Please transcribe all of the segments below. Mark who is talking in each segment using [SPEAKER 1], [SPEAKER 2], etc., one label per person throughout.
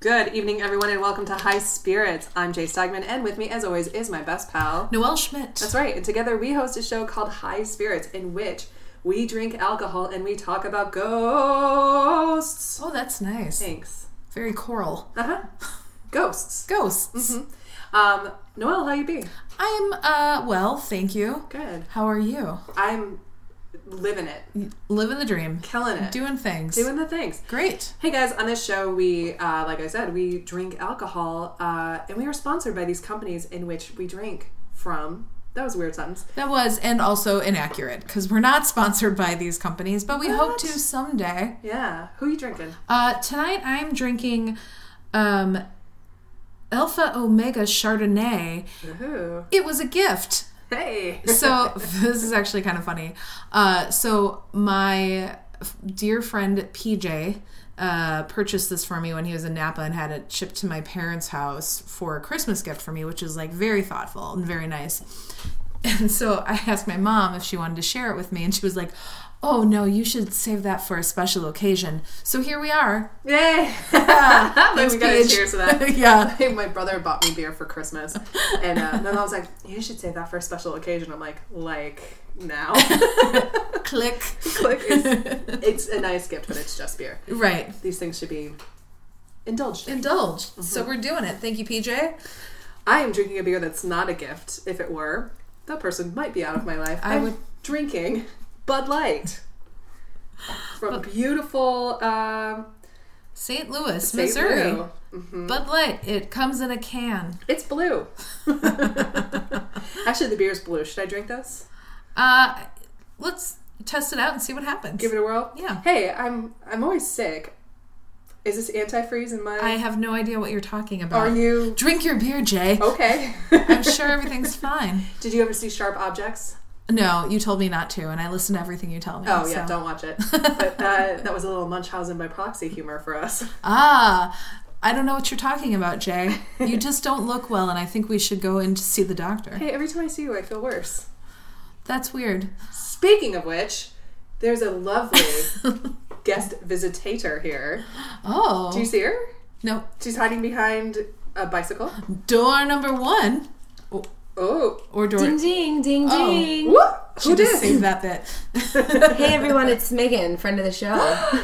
[SPEAKER 1] Good evening, everyone, and welcome to High Spirits. I'm Jay Steigman, and with me, as always, is my best pal.
[SPEAKER 2] Noel Schmidt.
[SPEAKER 1] That's right, and together we host a show called High Spirits, in which we drink alcohol and we talk about ghosts.
[SPEAKER 2] Oh, that's nice.
[SPEAKER 1] Thanks.
[SPEAKER 2] Very choral.
[SPEAKER 1] Uh huh. Ghosts.
[SPEAKER 2] Ghosts.
[SPEAKER 1] Um, Noel, how you be?
[SPEAKER 2] I'm, uh, well, thank you.
[SPEAKER 1] Good.
[SPEAKER 2] How are you?
[SPEAKER 1] I'm living it,
[SPEAKER 2] Living the dream.
[SPEAKER 1] killing it,
[SPEAKER 2] Doing things.
[SPEAKER 1] doing the things.
[SPEAKER 2] Great.
[SPEAKER 1] Hey guys, on this show, we, uh, like I said, we drink alcohol, uh, and we are sponsored by these companies in which we drink from. That was a weird sentence.
[SPEAKER 2] That was, and also inaccurate, because we're not sponsored by these companies, but we hope
[SPEAKER 1] What?
[SPEAKER 2] to someday.
[SPEAKER 1] Yeah. Who you drinking?
[SPEAKER 2] Uh, tonight I'm drinking, um, Alpha Omega Chardonnay.
[SPEAKER 1] Ooh.
[SPEAKER 2] It was a gift.
[SPEAKER 1] Hey.
[SPEAKER 2] so this is actually kind of funny. Uh, so my f- dear friend PJ uh, purchased this for me when he was in Napa and had it shipped to my parents' house for a Christmas gift for me, which is like very thoughtful and very nice. And so I asked my mom if she wanted to share it with me, and she was like, "Oh no, you should save that for a special occasion." So here we are.
[SPEAKER 1] Yay.
[SPEAKER 2] Thanks,
[SPEAKER 1] we gotta
[SPEAKER 2] Paige.
[SPEAKER 1] cheers to that.
[SPEAKER 2] yeah.
[SPEAKER 1] My brother bought me beer for Christmas, and uh, my mom's like, "You should say that for a special occasion." I'm like, "Like now."
[SPEAKER 2] Click.
[SPEAKER 1] like it's, it's a nice gift, but it's just beer.
[SPEAKER 2] Right.
[SPEAKER 1] These things should be indulged. in.
[SPEAKER 2] Indulge. So
[SPEAKER 1] Mm-hmm.
[SPEAKER 2] we're doing it. Thank you, PJ.
[SPEAKER 1] I am drinking a beer that's not a gift. If it were, that person might be out of my life.
[SPEAKER 2] I
[SPEAKER 1] I'm
[SPEAKER 2] would-
[SPEAKER 1] drinking Bud Light from beautiful um,
[SPEAKER 2] St. Louis,
[SPEAKER 1] St.
[SPEAKER 2] Missouri.
[SPEAKER 1] Lou.
[SPEAKER 2] Bud Light, it comes in a can.
[SPEAKER 1] It's blue. Actually, the beer's blue. Should I drink this?
[SPEAKER 2] Uh, let's test it out and see what happens.
[SPEAKER 1] Give it a whirl.
[SPEAKER 2] Yeah.
[SPEAKER 1] Hey, I'm I'm always sick. Is this antifreeze in my?
[SPEAKER 2] I have no idea what you're talking about.
[SPEAKER 1] Are you Oh.
[SPEAKER 2] Drink your beer, Jay.
[SPEAKER 1] okay?
[SPEAKER 2] I'm sure everything's fine.
[SPEAKER 1] Did you ever see Sharp Objects?
[SPEAKER 2] No, you told me not to, and I listen to everything you tell me.
[SPEAKER 1] Oh yeah,
[SPEAKER 2] so-
[SPEAKER 1] don't watch it. But uh, that was a little Munchausen by proxy humor for us.
[SPEAKER 2] Ah, I don't know what you're talking about, Jay. You just don't look well, and I think we should go in to see the doctor.
[SPEAKER 1] Hey, every time I see you, I feel worse.
[SPEAKER 2] That's weird.
[SPEAKER 1] Speaking of which, there's a lovely guest visitator here.
[SPEAKER 2] Oh,
[SPEAKER 1] Do you see her?
[SPEAKER 2] no.
[SPEAKER 1] She's hiding behind a bicycle.
[SPEAKER 2] Door number one,
[SPEAKER 1] Oh,
[SPEAKER 2] or door.
[SPEAKER 3] Ding ding ding
[SPEAKER 2] Oh.
[SPEAKER 3] ding.
[SPEAKER 1] Whoop.
[SPEAKER 2] She
[SPEAKER 1] who
[SPEAKER 2] just
[SPEAKER 1] did?
[SPEAKER 2] saved that bit.
[SPEAKER 3] Hey everyone, it's Megan, friend of the show.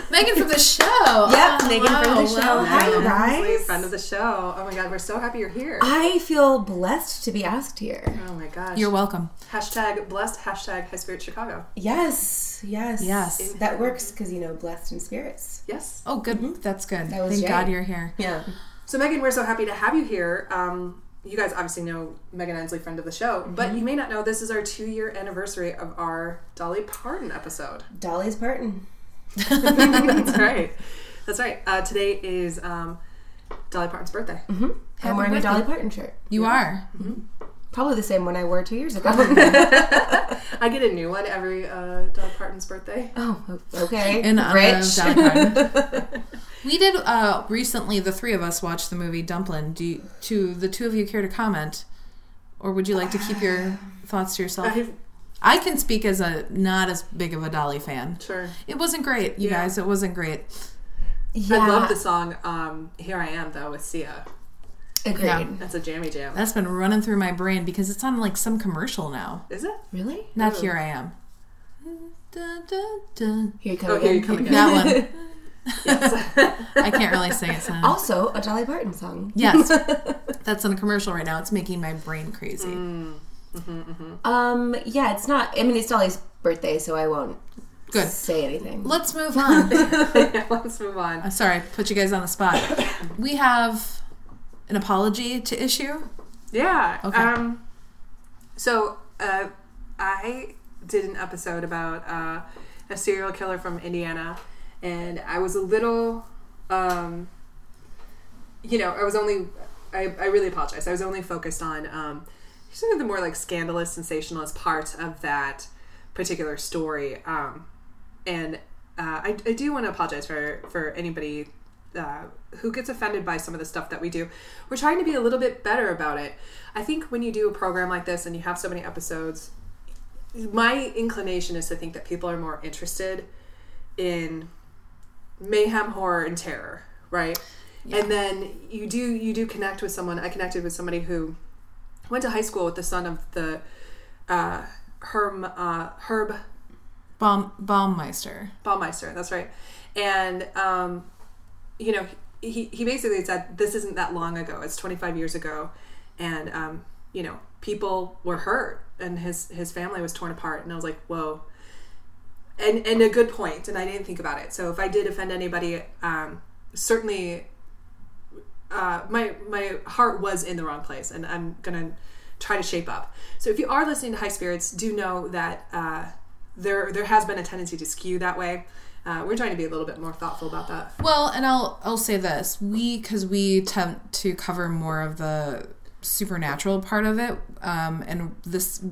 [SPEAKER 2] Megan from the show.
[SPEAKER 3] Yep,
[SPEAKER 2] Oh,
[SPEAKER 3] Megan from
[SPEAKER 2] wow,
[SPEAKER 3] the show.
[SPEAKER 2] wow,
[SPEAKER 3] Hi,
[SPEAKER 2] wow.
[SPEAKER 3] you guys.
[SPEAKER 1] friend of the show. Oh my god, we're so happy you're here.
[SPEAKER 3] I feel blessed to be asked here.
[SPEAKER 1] Oh my gosh.
[SPEAKER 2] You're welcome.
[SPEAKER 1] hashtag blessed. Hashtag high spirit Chicago.
[SPEAKER 3] Yes, yes,
[SPEAKER 2] Yes.
[SPEAKER 3] That works because you know, blessed in spirits.
[SPEAKER 1] Yes.
[SPEAKER 2] Oh, good. That's good.
[SPEAKER 3] Mm-hmm. That was
[SPEAKER 2] Thank
[SPEAKER 3] Jay.
[SPEAKER 2] God you're here.
[SPEAKER 3] Yeah.
[SPEAKER 1] So Megan, we're so happy to have you here. Um, you guys obviously know Megan Ensley, friend of the show, but you may not know this is our two-year anniversary of our Dolly Parton episode.
[SPEAKER 3] Dolly's Parton.
[SPEAKER 1] That's right. That's right. Uh, today is um, Dolly Parton's birthday.
[SPEAKER 3] I'm wearing a
[SPEAKER 2] birthday.
[SPEAKER 3] Dolly Parton shirt.
[SPEAKER 2] You are.
[SPEAKER 3] Probably the same one I wore two years ago.
[SPEAKER 1] I get a new one every uh, Dolly Parton's birthday.
[SPEAKER 3] oh, okay.
[SPEAKER 2] In honor
[SPEAKER 3] Rich.
[SPEAKER 2] of Dolly Parton. we did uh, recently. The three of us watched the movie Dumplin'. Do you, to the two of you care to comment, or would you like to keep your thoughts to yourself?
[SPEAKER 1] I-
[SPEAKER 2] I can speak as a not as big of a Dolly fan.
[SPEAKER 1] sure.
[SPEAKER 2] It wasn't great, you
[SPEAKER 1] Yeah.
[SPEAKER 2] guys. It wasn't great.
[SPEAKER 3] yeah.
[SPEAKER 1] I love the song um, "Here I Am" though with Sia.
[SPEAKER 3] Agreed.
[SPEAKER 2] Yeah.
[SPEAKER 1] That's a jammy jam.
[SPEAKER 2] That's been running through my brain because it's on like some commercial now.
[SPEAKER 1] Is it?
[SPEAKER 3] Really?
[SPEAKER 2] Not
[SPEAKER 1] Ooh.
[SPEAKER 2] here I am. Dun, dun, dun.
[SPEAKER 3] Here you come
[SPEAKER 1] Oh,
[SPEAKER 3] again.
[SPEAKER 1] here you come again.
[SPEAKER 2] That one.
[SPEAKER 1] Yes.
[SPEAKER 2] I can't really sing it. So.
[SPEAKER 3] Also, a Dolly Parton song.
[SPEAKER 2] Yes. That's in a commercial right now. It's making my brain crazy.
[SPEAKER 3] Um, yeah, it's not. I mean, it's Dolly's birthday, so I won't
[SPEAKER 2] Good.
[SPEAKER 3] say anything.
[SPEAKER 2] Let's move on.
[SPEAKER 1] Let's move on.
[SPEAKER 2] I'm sorry, put you guys on the spot. We have an apology to issue.
[SPEAKER 1] Yeah.
[SPEAKER 2] Okay.
[SPEAKER 1] Um, so uh, I did an episode about uh, a serial killer from Indiana, and I was a little, um, you know, I was only, I, I really apologize. I was only focused on um, some of the more like scandalous, sensationalist parts of that particular story. Um, and uh, I, I do want to apologize for for anybody uh, who gets offended by some of the stuff that we do. We're trying to be a little bit better about it. I think when you do a program like this and you have so many episodes, my inclination is to think that people are more interested in mayhem, horror, and terror, right? and then you do you do connect with someone. I connected with somebody who went to high school with the son of the uh, Herm uh, Herb
[SPEAKER 2] Baum, Baummeister.
[SPEAKER 1] Baumeister. That's right. And um, you know, he he basically said this isn't that long ago. It's 25 years ago, and um, you know, people were hurt, and his his family was torn apart. And I was like, whoa. And and a good point, and I didn't think about it. So if I did offend anybody, um, certainly. Uh, my my heart was in the wrong place, and I'm gonna try to shape up. So if you are listening to High Spirits, do know that uh, there there has been a tendency to skew that way. Uh, we're trying to be a little bit more thoughtful about that.
[SPEAKER 2] Well, and I'll I'll say this: we because we attempt to cover more of the supernatural part of it, um, and this.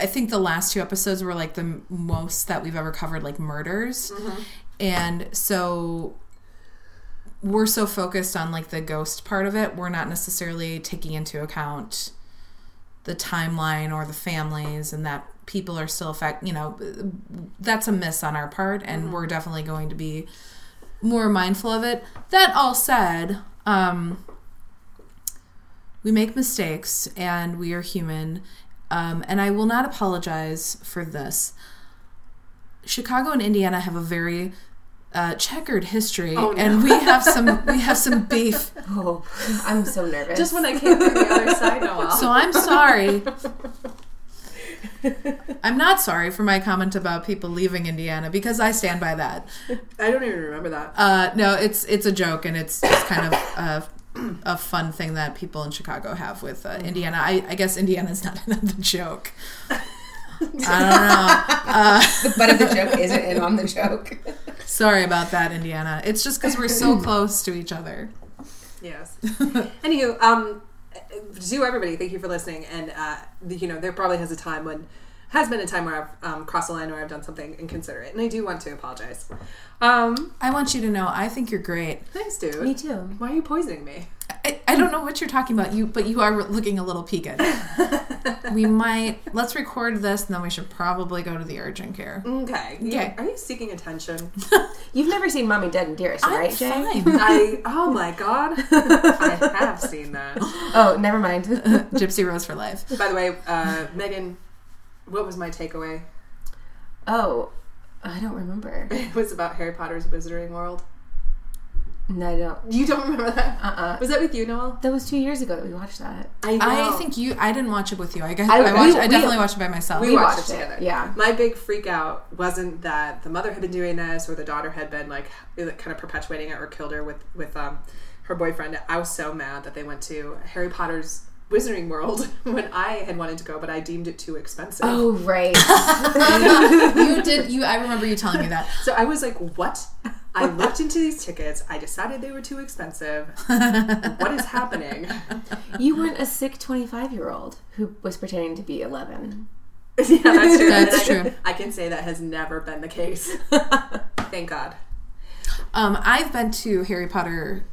[SPEAKER 2] I think the last two episodes were like the m- most that we've ever covered, like murders, and so we're so focused on like the ghost part of it, we're not necessarily taking into account the timeline or the families and that people are still affect you know that's a miss on our part and
[SPEAKER 1] Mm-hmm.
[SPEAKER 2] we're definitely going to be more mindful of it that all said um we make mistakes and we are human um and i will not apologize for this chicago and indiana have a very uh, checkered history
[SPEAKER 1] Oh, no.
[SPEAKER 2] and we have some we have some beef
[SPEAKER 3] Oh, I'm so nervous.
[SPEAKER 1] Just when I came through the other side, Noel.
[SPEAKER 2] So I'm sorry. I'm not sorry for my comment about people leaving Indiana because I stand by that.
[SPEAKER 1] I don't even remember that.
[SPEAKER 2] Uh, no, it's it's a joke and it's just kind of a, a fun thing that people in Chicago have with uh, Indiana. I, I guess Indiana's not another joke. I don't know.
[SPEAKER 3] the butt of the joke isn't in on the joke.
[SPEAKER 2] Sorry about that, Indiana. It's just because we're so close to each other.
[SPEAKER 1] Yes. Anywho, um, to everybody, thank you for listening. And uh, the- you know, there probably has a time when has been a time where I've um, crossed the line or I've done something inconsiderate, and I do want to apologize. Um,
[SPEAKER 2] I want you to know I think you're great.
[SPEAKER 1] thanks, dude.
[SPEAKER 3] Me too.
[SPEAKER 1] Why are you poisoning me?
[SPEAKER 2] I, I don't know what you're talking about, you, but you are looking a little peaked. we might let's record this, and then we should probably go to the urgent care.
[SPEAKER 1] Okay.
[SPEAKER 2] Okay.
[SPEAKER 1] Are you seeking attention?
[SPEAKER 3] You've never seen Mommy Dead and Dearest, right, Jay?
[SPEAKER 2] fine.
[SPEAKER 1] I. Oh my god. I have seen that.
[SPEAKER 3] Oh, never mind.
[SPEAKER 2] Gypsy Rose for life.
[SPEAKER 1] By the way, uh, Megan, what was my takeaway?
[SPEAKER 3] oh, I don't remember.
[SPEAKER 1] It was about Harry Potter's Wizarding World.
[SPEAKER 3] No, I don't.
[SPEAKER 1] You don't remember that?
[SPEAKER 3] Uh-uh.
[SPEAKER 1] Was that with you, Noel?
[SPEAKER 3] That was two years ago that we watched that.
[SPEAKER 2] I think you. I didn't watch it with you. I guess I,
[SPEAKER 3] I-
[SPEAKER 2] watched.
[SPEAKER 3] we-
[SPEAKER 2] I
[SPEAKER 3] we-
[SPEAKER 2] definitely watched it by myself.
[SPEAKER 1] we, watched, it together.
[SPEAKER 3] yeah.
[SPEAKER 1] My big freak out wasn't that the mother had been doing this or the daughter had been like kind of perpetuating it or killed her with with um her boyfriend. I was so mad that they went to Harry Potter's Wizarding World when I had wanted to go, but I deemed it too expensive.
[SPEAKER 3] Oh, right.
[SPEAKER 2] you did. You. I remember you telling me that.
[SPEAKER 1] So I was like, what? I looked into these tickets. I decided they were too expensive. what is happening?
[SPEAKER 3] you weren't a sick 25 year old who was pretending to be 11.
[SPEAKER 1] yeah, that's true.
[SPEAKER 2] That's
[SPEAKER 1] And I-
[SPEAKER 2] true.
[SPEAKER 1] I can say that has never been the case. Thank God.
[SPEAKER 2] Um, I've been to Harry Potter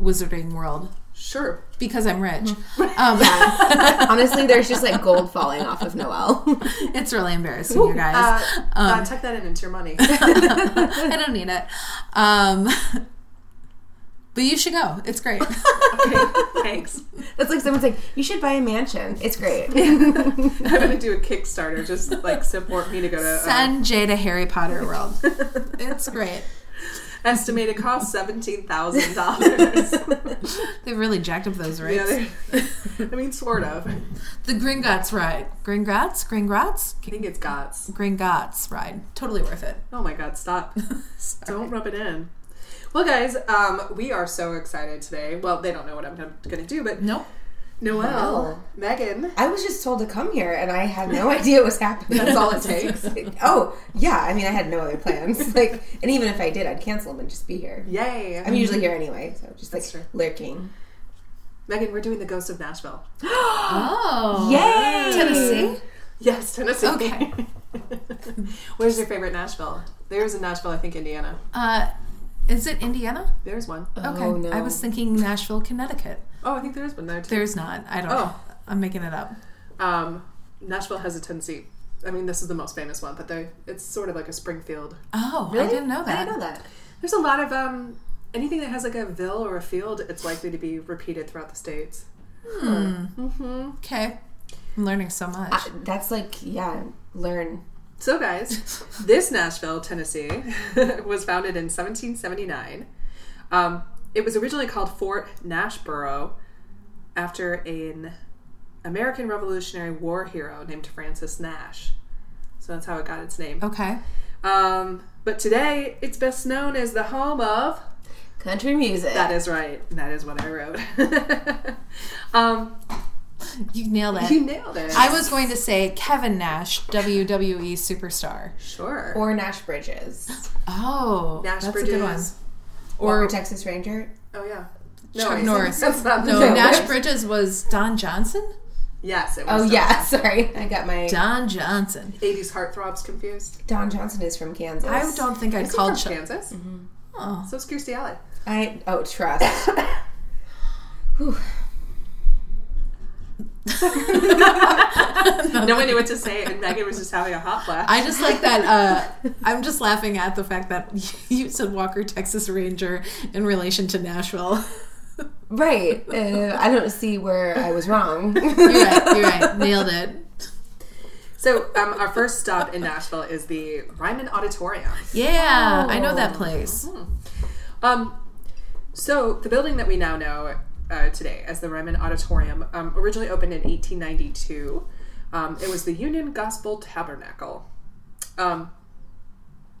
[SPEAKER 2] Wizarding World
[SPEAKER 1] Sure.
[SPEAKER 2] because I'm rich.
[SPEAKER 3] Mm.
[SPEAKER 2] Um,
[SPEAKER 3] Yeah. Honestly, there's just like gold falling off of Noel.
[SPEAKER 2] It's really embarrassing, you guys. um,
[SPEAKER 1] Uh, uh, tuck that in into your money.
[SPEAKER 2] I don't need it. Um, but you should go. It's great.
[SPEAKER 1] Thanks.
[SPEAKER 3] That's like someone's like, you should buy a mansion. It's great.
[SPEAKER 1] I'm gonna do a Kickstarter. Just like support me to go to. Uh,
[SPEAKER 2] Send Jay to Harry Potter World. It's great.
[SPEAKER 1] estimated cost seventeen thousand dollars.
[SPEAKER 2] They really jacked up those rates.
[SPEAKER 1] I mean, sort of. I
[SPEAKER 2] The Gringotts ride. Gringotts? Gringotts?
[SPEAKER 1] think it's gots.
[SPEAKER 2] Gringotts ride. Totally worth it.
[SPEAKER 1] Oh my God! Stop. Don't rub it in. Well, guys, um, we are so excited today. Well, they don't know what I'm gonna- gonna do, but
[SPEAKER 2] Nope.
[SPEAKER 1] Noelle,
[SPEAKER 3] Noelle.
[SPEAKER 1] Megan,
[SPEAKER 3] I was just told to come here and I had no idea what was happening.
[SPEAKER 1] that's all it takes.
[SPEAKER 3] Oh, yeah. I mean, I had no other plans. Like, and even if I did, I'd cancel them and just be here.
[SPEAKER 1] Yay!
[SPEAKER 3] I'm usually here anyway, so just
[SPEAKER 1] That's
[SPEAKER 3] like
[SPEAKER 1] true.
[SPEAKER 3] lurking.
[SPEAKER 1] Megan, we're doing the Ghost of Nashville.
[SPEAKER 2] Oh.
[SPEAKER 3] Yay!
[SPEAKER 2] Tennessee?
[SPEAKER 1] Yes, Tennessee.
[SPEAKER 2] Okay.
[SPEAKER 1] Where's your favorite Nashville? There's a Nashville, I think, Indiana.
[SPEAKER 2] Uh, is it Indiana?
[SPEAKER 1] There's one.
[SPEAKER 2] Okay.
[SPEAKER 3] Oh, no.
[SPEAKER 2] I was thinking Nashville, Connecticut.
[SPEAKER 1] Oh, I think there is one there too.
[SPEAKER 2] There's not. I don't know.
[SPEAKER 1] Oh.
[SPEAKER 2] I'm making it up.
[SPEAKER 1] Um, Nashville has a tendency. I mean, this is the most famous one, but they it's sort of like a Springfield.
[SPEAKER 2] Oh, I didn't know that.
[SPEAKER 3] I didn't know that.
[SPEAKER 1] There's a lot of um, anything that has like a ville or a field, it's likely to be repeated throughout the states.
[SPEAKER 2] Okay. I'm learning so much.
[SPEAKER 3] I, Uh, that's like yeah, learn.
[SPEAKER 1] So, guys, this Nashville, Tennessee, was founded in 1779. Um, it was originally called Fort Nashboro after an American Revolutionary War hero named Francis Nash. So that's how it got its name.
[SPEAKER 2] okay.
[SPEAKER 1] Um, but today, it's best known as the home of
[SPEAKER 3] Country music.
[SPEAKER 1] That is right. That is what I wrote. um,
[SPEAKER 2] You nailed it.
[SPEAKER 1] you nailed it.
[SPEAKER 2] I was going to say Kevin Nash, WWE superstar.
[SPEAKER 1] sure.
[SPEAKER 3] or Nash Bridges.
[SPEAKER 2] Oh,
[SPEAKER 1] Nash
[SPEAKER 2] that's
[SPEAKER 1] Bridges.
[SPEAKER 2] a good one.
[SPEAKER 3] Or
[SPEAKER 2] Or
[SPEAKER 3] Texas Ranger.
[SPEAKER 1] Oh yeah.
[SPEAKER 2] Chuck
[SPEAKER 1] I-
[SPEAKER 2] Norris.
[SPEAKER 1] That's not the
[SPEAKER 2] no,
[SPEAKER 1] same.
[SPEAKER 2] Nash Bridges was Don Johnson.
[SPEAKER 1] Yes, it was.
[SPEAKER 3] Oh
[SPEAKER 1] Don.
[SPEAKER 3] yeah, sorry, I got my
[SPEAKER 2] Don Johnson.
[SPEAKER 1] 80s heartthrobs confused.
[SPEAKER 3] Don Johnson is from Kansas.
[SPEAKER 2] I don't think I'd
[SPEAKER 1] Is he
[SPEAKER 2] call
[SPEAKER 1] from
[SPEAKER 2] Chuck.
[SPEAKER 1] Kansas?
[SPEAKER 2] Oh.
[SPEAKER 1] So is Kirstie Alley.
[SPEAKER 3] I oh trust.
[SPEAKER 1] No one knew what to say, and Megan was just having a hot flash.
[SPEAKER 2] Oh. I just like that. Uh, I'm just laughing at the fact that you said Walker Texas Ranger in relation to Nashville.
[SPEAKER 3] right. Uh, I don't see where I was wrong.
[SPEAKER 2] You're right. You're right. Nailed it.
[SPEAKER 1] so um, our first stop in Nashville is the Ryman Auditorium.
[SPEAKER 2] Yeah, I know that place.
[SPEAKER 1] Oh, Um, so the building that we now know uh, today as the Ryman Auditorium um, originally opened in 1892. Um, it was the Union Gospel Tabernacle. Um,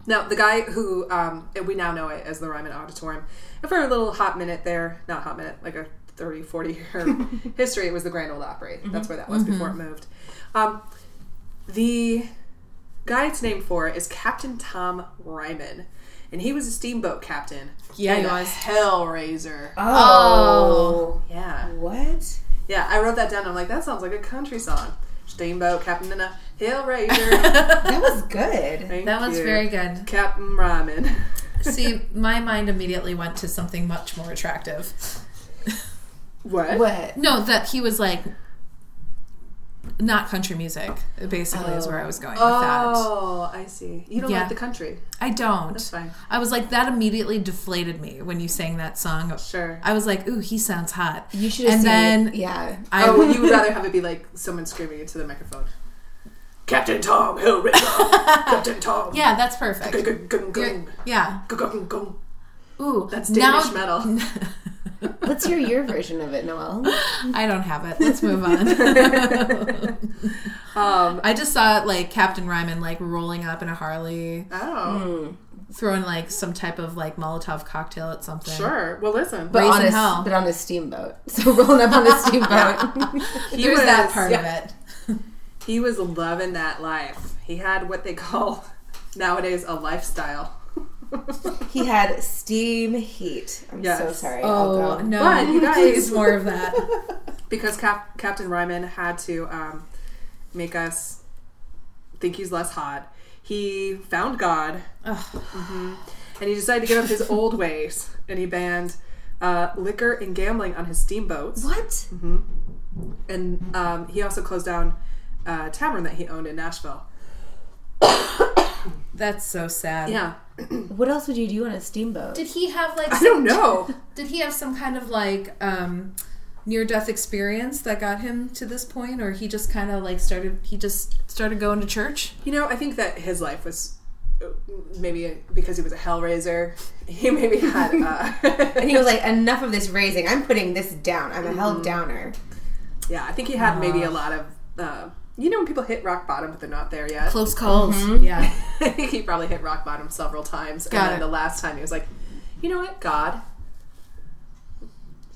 [SPEAKER 1] now the guy who um, and we now know it as the Ryman Auditorium, and for a little hot minute there, not hot minute, like a 30, 40 year history, it was the Grand Ole Opry. That's where that was before it moved. Um, the guy it's named for is Captain Tom Ryman, and he was a steamboat captain.
[SPEAKER 2] Yeah, he
[SPEAKER 1] and a
[SPEAKER 2] was.
[SPEAKER 1] Hellraiser.
[SPEAKER 2] Oh.
[SPEAKER 1] Yeah,
[SPEAKER 3] What?
[SPEAKER 1] yeah. I wrote that down. I'm like, that sounds like a country song. Steamboat captain and a Hellraiser.
[SPEAKER 3] That was good.
[SPEAKER 1] Thank
[SPEAKER 2] That was
[SPEAKER 1] you.
[SPEAKER 2] very good.
[SPEAKER 1] Captain Ryman.
[SPEAKER 2] See, my mind immediately went to something much more attractive.
[SPEAKER 1] What?
[SPEAKER 3] What?
[SPEAKER 2] No, that he was like not country music. Basically, is where I was going with
[SPEAKER 1] Oh, I see. You don't
[SPEAKER 2] Yeah.
[SPEAKER 1] like the country.
[SPEAKER 2] that. I
[SPEAKER 1] That's
[SPEAKER 2] don't.
[SPEAKER 1] fine.
[SPEAKER 2] I was like that immediately deflated me when you sang that song.
[SPEAKER 1] Sure.
[SPEAKER 2] I was like, ooh, he sounds hot.
[SPEAKER 3] You should have
[SPEAKER 2] And
[SPEAKER 3] seen
[SPEAKER 2] then
[SPEAKER 3] it. Yeah.
[SPEAKER 2] I
[SPEAKER 1] oh, you would rather have it be like someone screaming into the microphone. Captain Tom Hellraiser. Captain Tom.
[SPEAKER 2] yeah, that's perfect.
[SPEAKER 1] Gung, gung, gung,
[SPEAKER 2] Yeah.
[SPEAKER 1] gung, gung, gung.
[SPEAKER 2] Ooh,
[SPEAKER 1] That's
[SPEAKER 2] now-
[SPEAKER 1] Danish metal.
[SPEAKER 3] Let's hear your version of it, Noel.
[SPEAKER 2] I don't have it. Let's move on.
[SPEAKER 1] Um,
[SPEAKER 2] I just saw like Captain Ryman like rolling up in a Harley,
[SPEAKER 1] oh,
[SPEAKER 2] throwing like some type of like Molotov cocktail at something.
[SPEAKER 1] sure. Well, listen.
[SPEAKER 3] But on,
[SPEAKER 2] Raising
[SPEAKER 3] a,
[SPEAKER 2] hell.
[SPEAKER 3] but on a steamboat. So rolling up on a steamboat.
[SPEAKER 1] he
[SPEAKER 2] There's that part
[SPEAKER 1] yeah,
[SPEAKER 2] of it.
[SPEAKER 1] He was loving that life. He had what they call nowadays a lifestyle.
[SPEAKER 3] he had steam heat. I'm so
[SPEAKER 1] Yes.
[SPEAKER 3] sorry. I'll
[SPEAKER 2] Oh
[SPEAKER 3] go.
[SPEAKER 2] no!
[SPEAKER 1] But you guys-
[SPEAKER 2] Please, more of that.
[SPEAKER 1] because Cap- Captain Ryman had to um, make us think he's less hot. He found God, Mhm. and he decided to give up his old ways, and he banned uh, liquor and gambling on his steamboats.
[SPEAKER 3] What?
[SPEAKER 1] And um, he also closed down a tavern that he owned in Nashville.
[SPEAKER 2] That's so sad.
[SPEAKER 1] Yeah,
[SPEAKER 3] What else would you do on a steamboat?
[SPEAKER 2] Did he have like?
[SPEAKER 1] I
[SPEAKER 2] Some,
[SPEAKER 1] don't know.
[SPEAKER 2] did he have some kind of like um, near-death experience that got him to this point, or he just kind of like started? He just started going to church.
[SPEAKER 1] You know, I think that his life was uh, maybe because he was a hellraiser. He maybe had. Uh,
[SPEAKER 3] and he was like, enough of this raising. I'm putting this down. I'm a hell downer.
[SPEAKER 1] yeah, I think he had maybe a lot of. Uh, you know when people hit rock bottom but they're not there yet?
[SPEAKER 2] Close calls. Mm-hmm. Yeah.
[SPEAKER 1] I think he probably hit rock bottom several times.
[SPEAKER 2] Got
[SPEAKER 1] and then
[SPEAKER 2] it.
[SPEAKER 1] the last time he was like, you know what, God.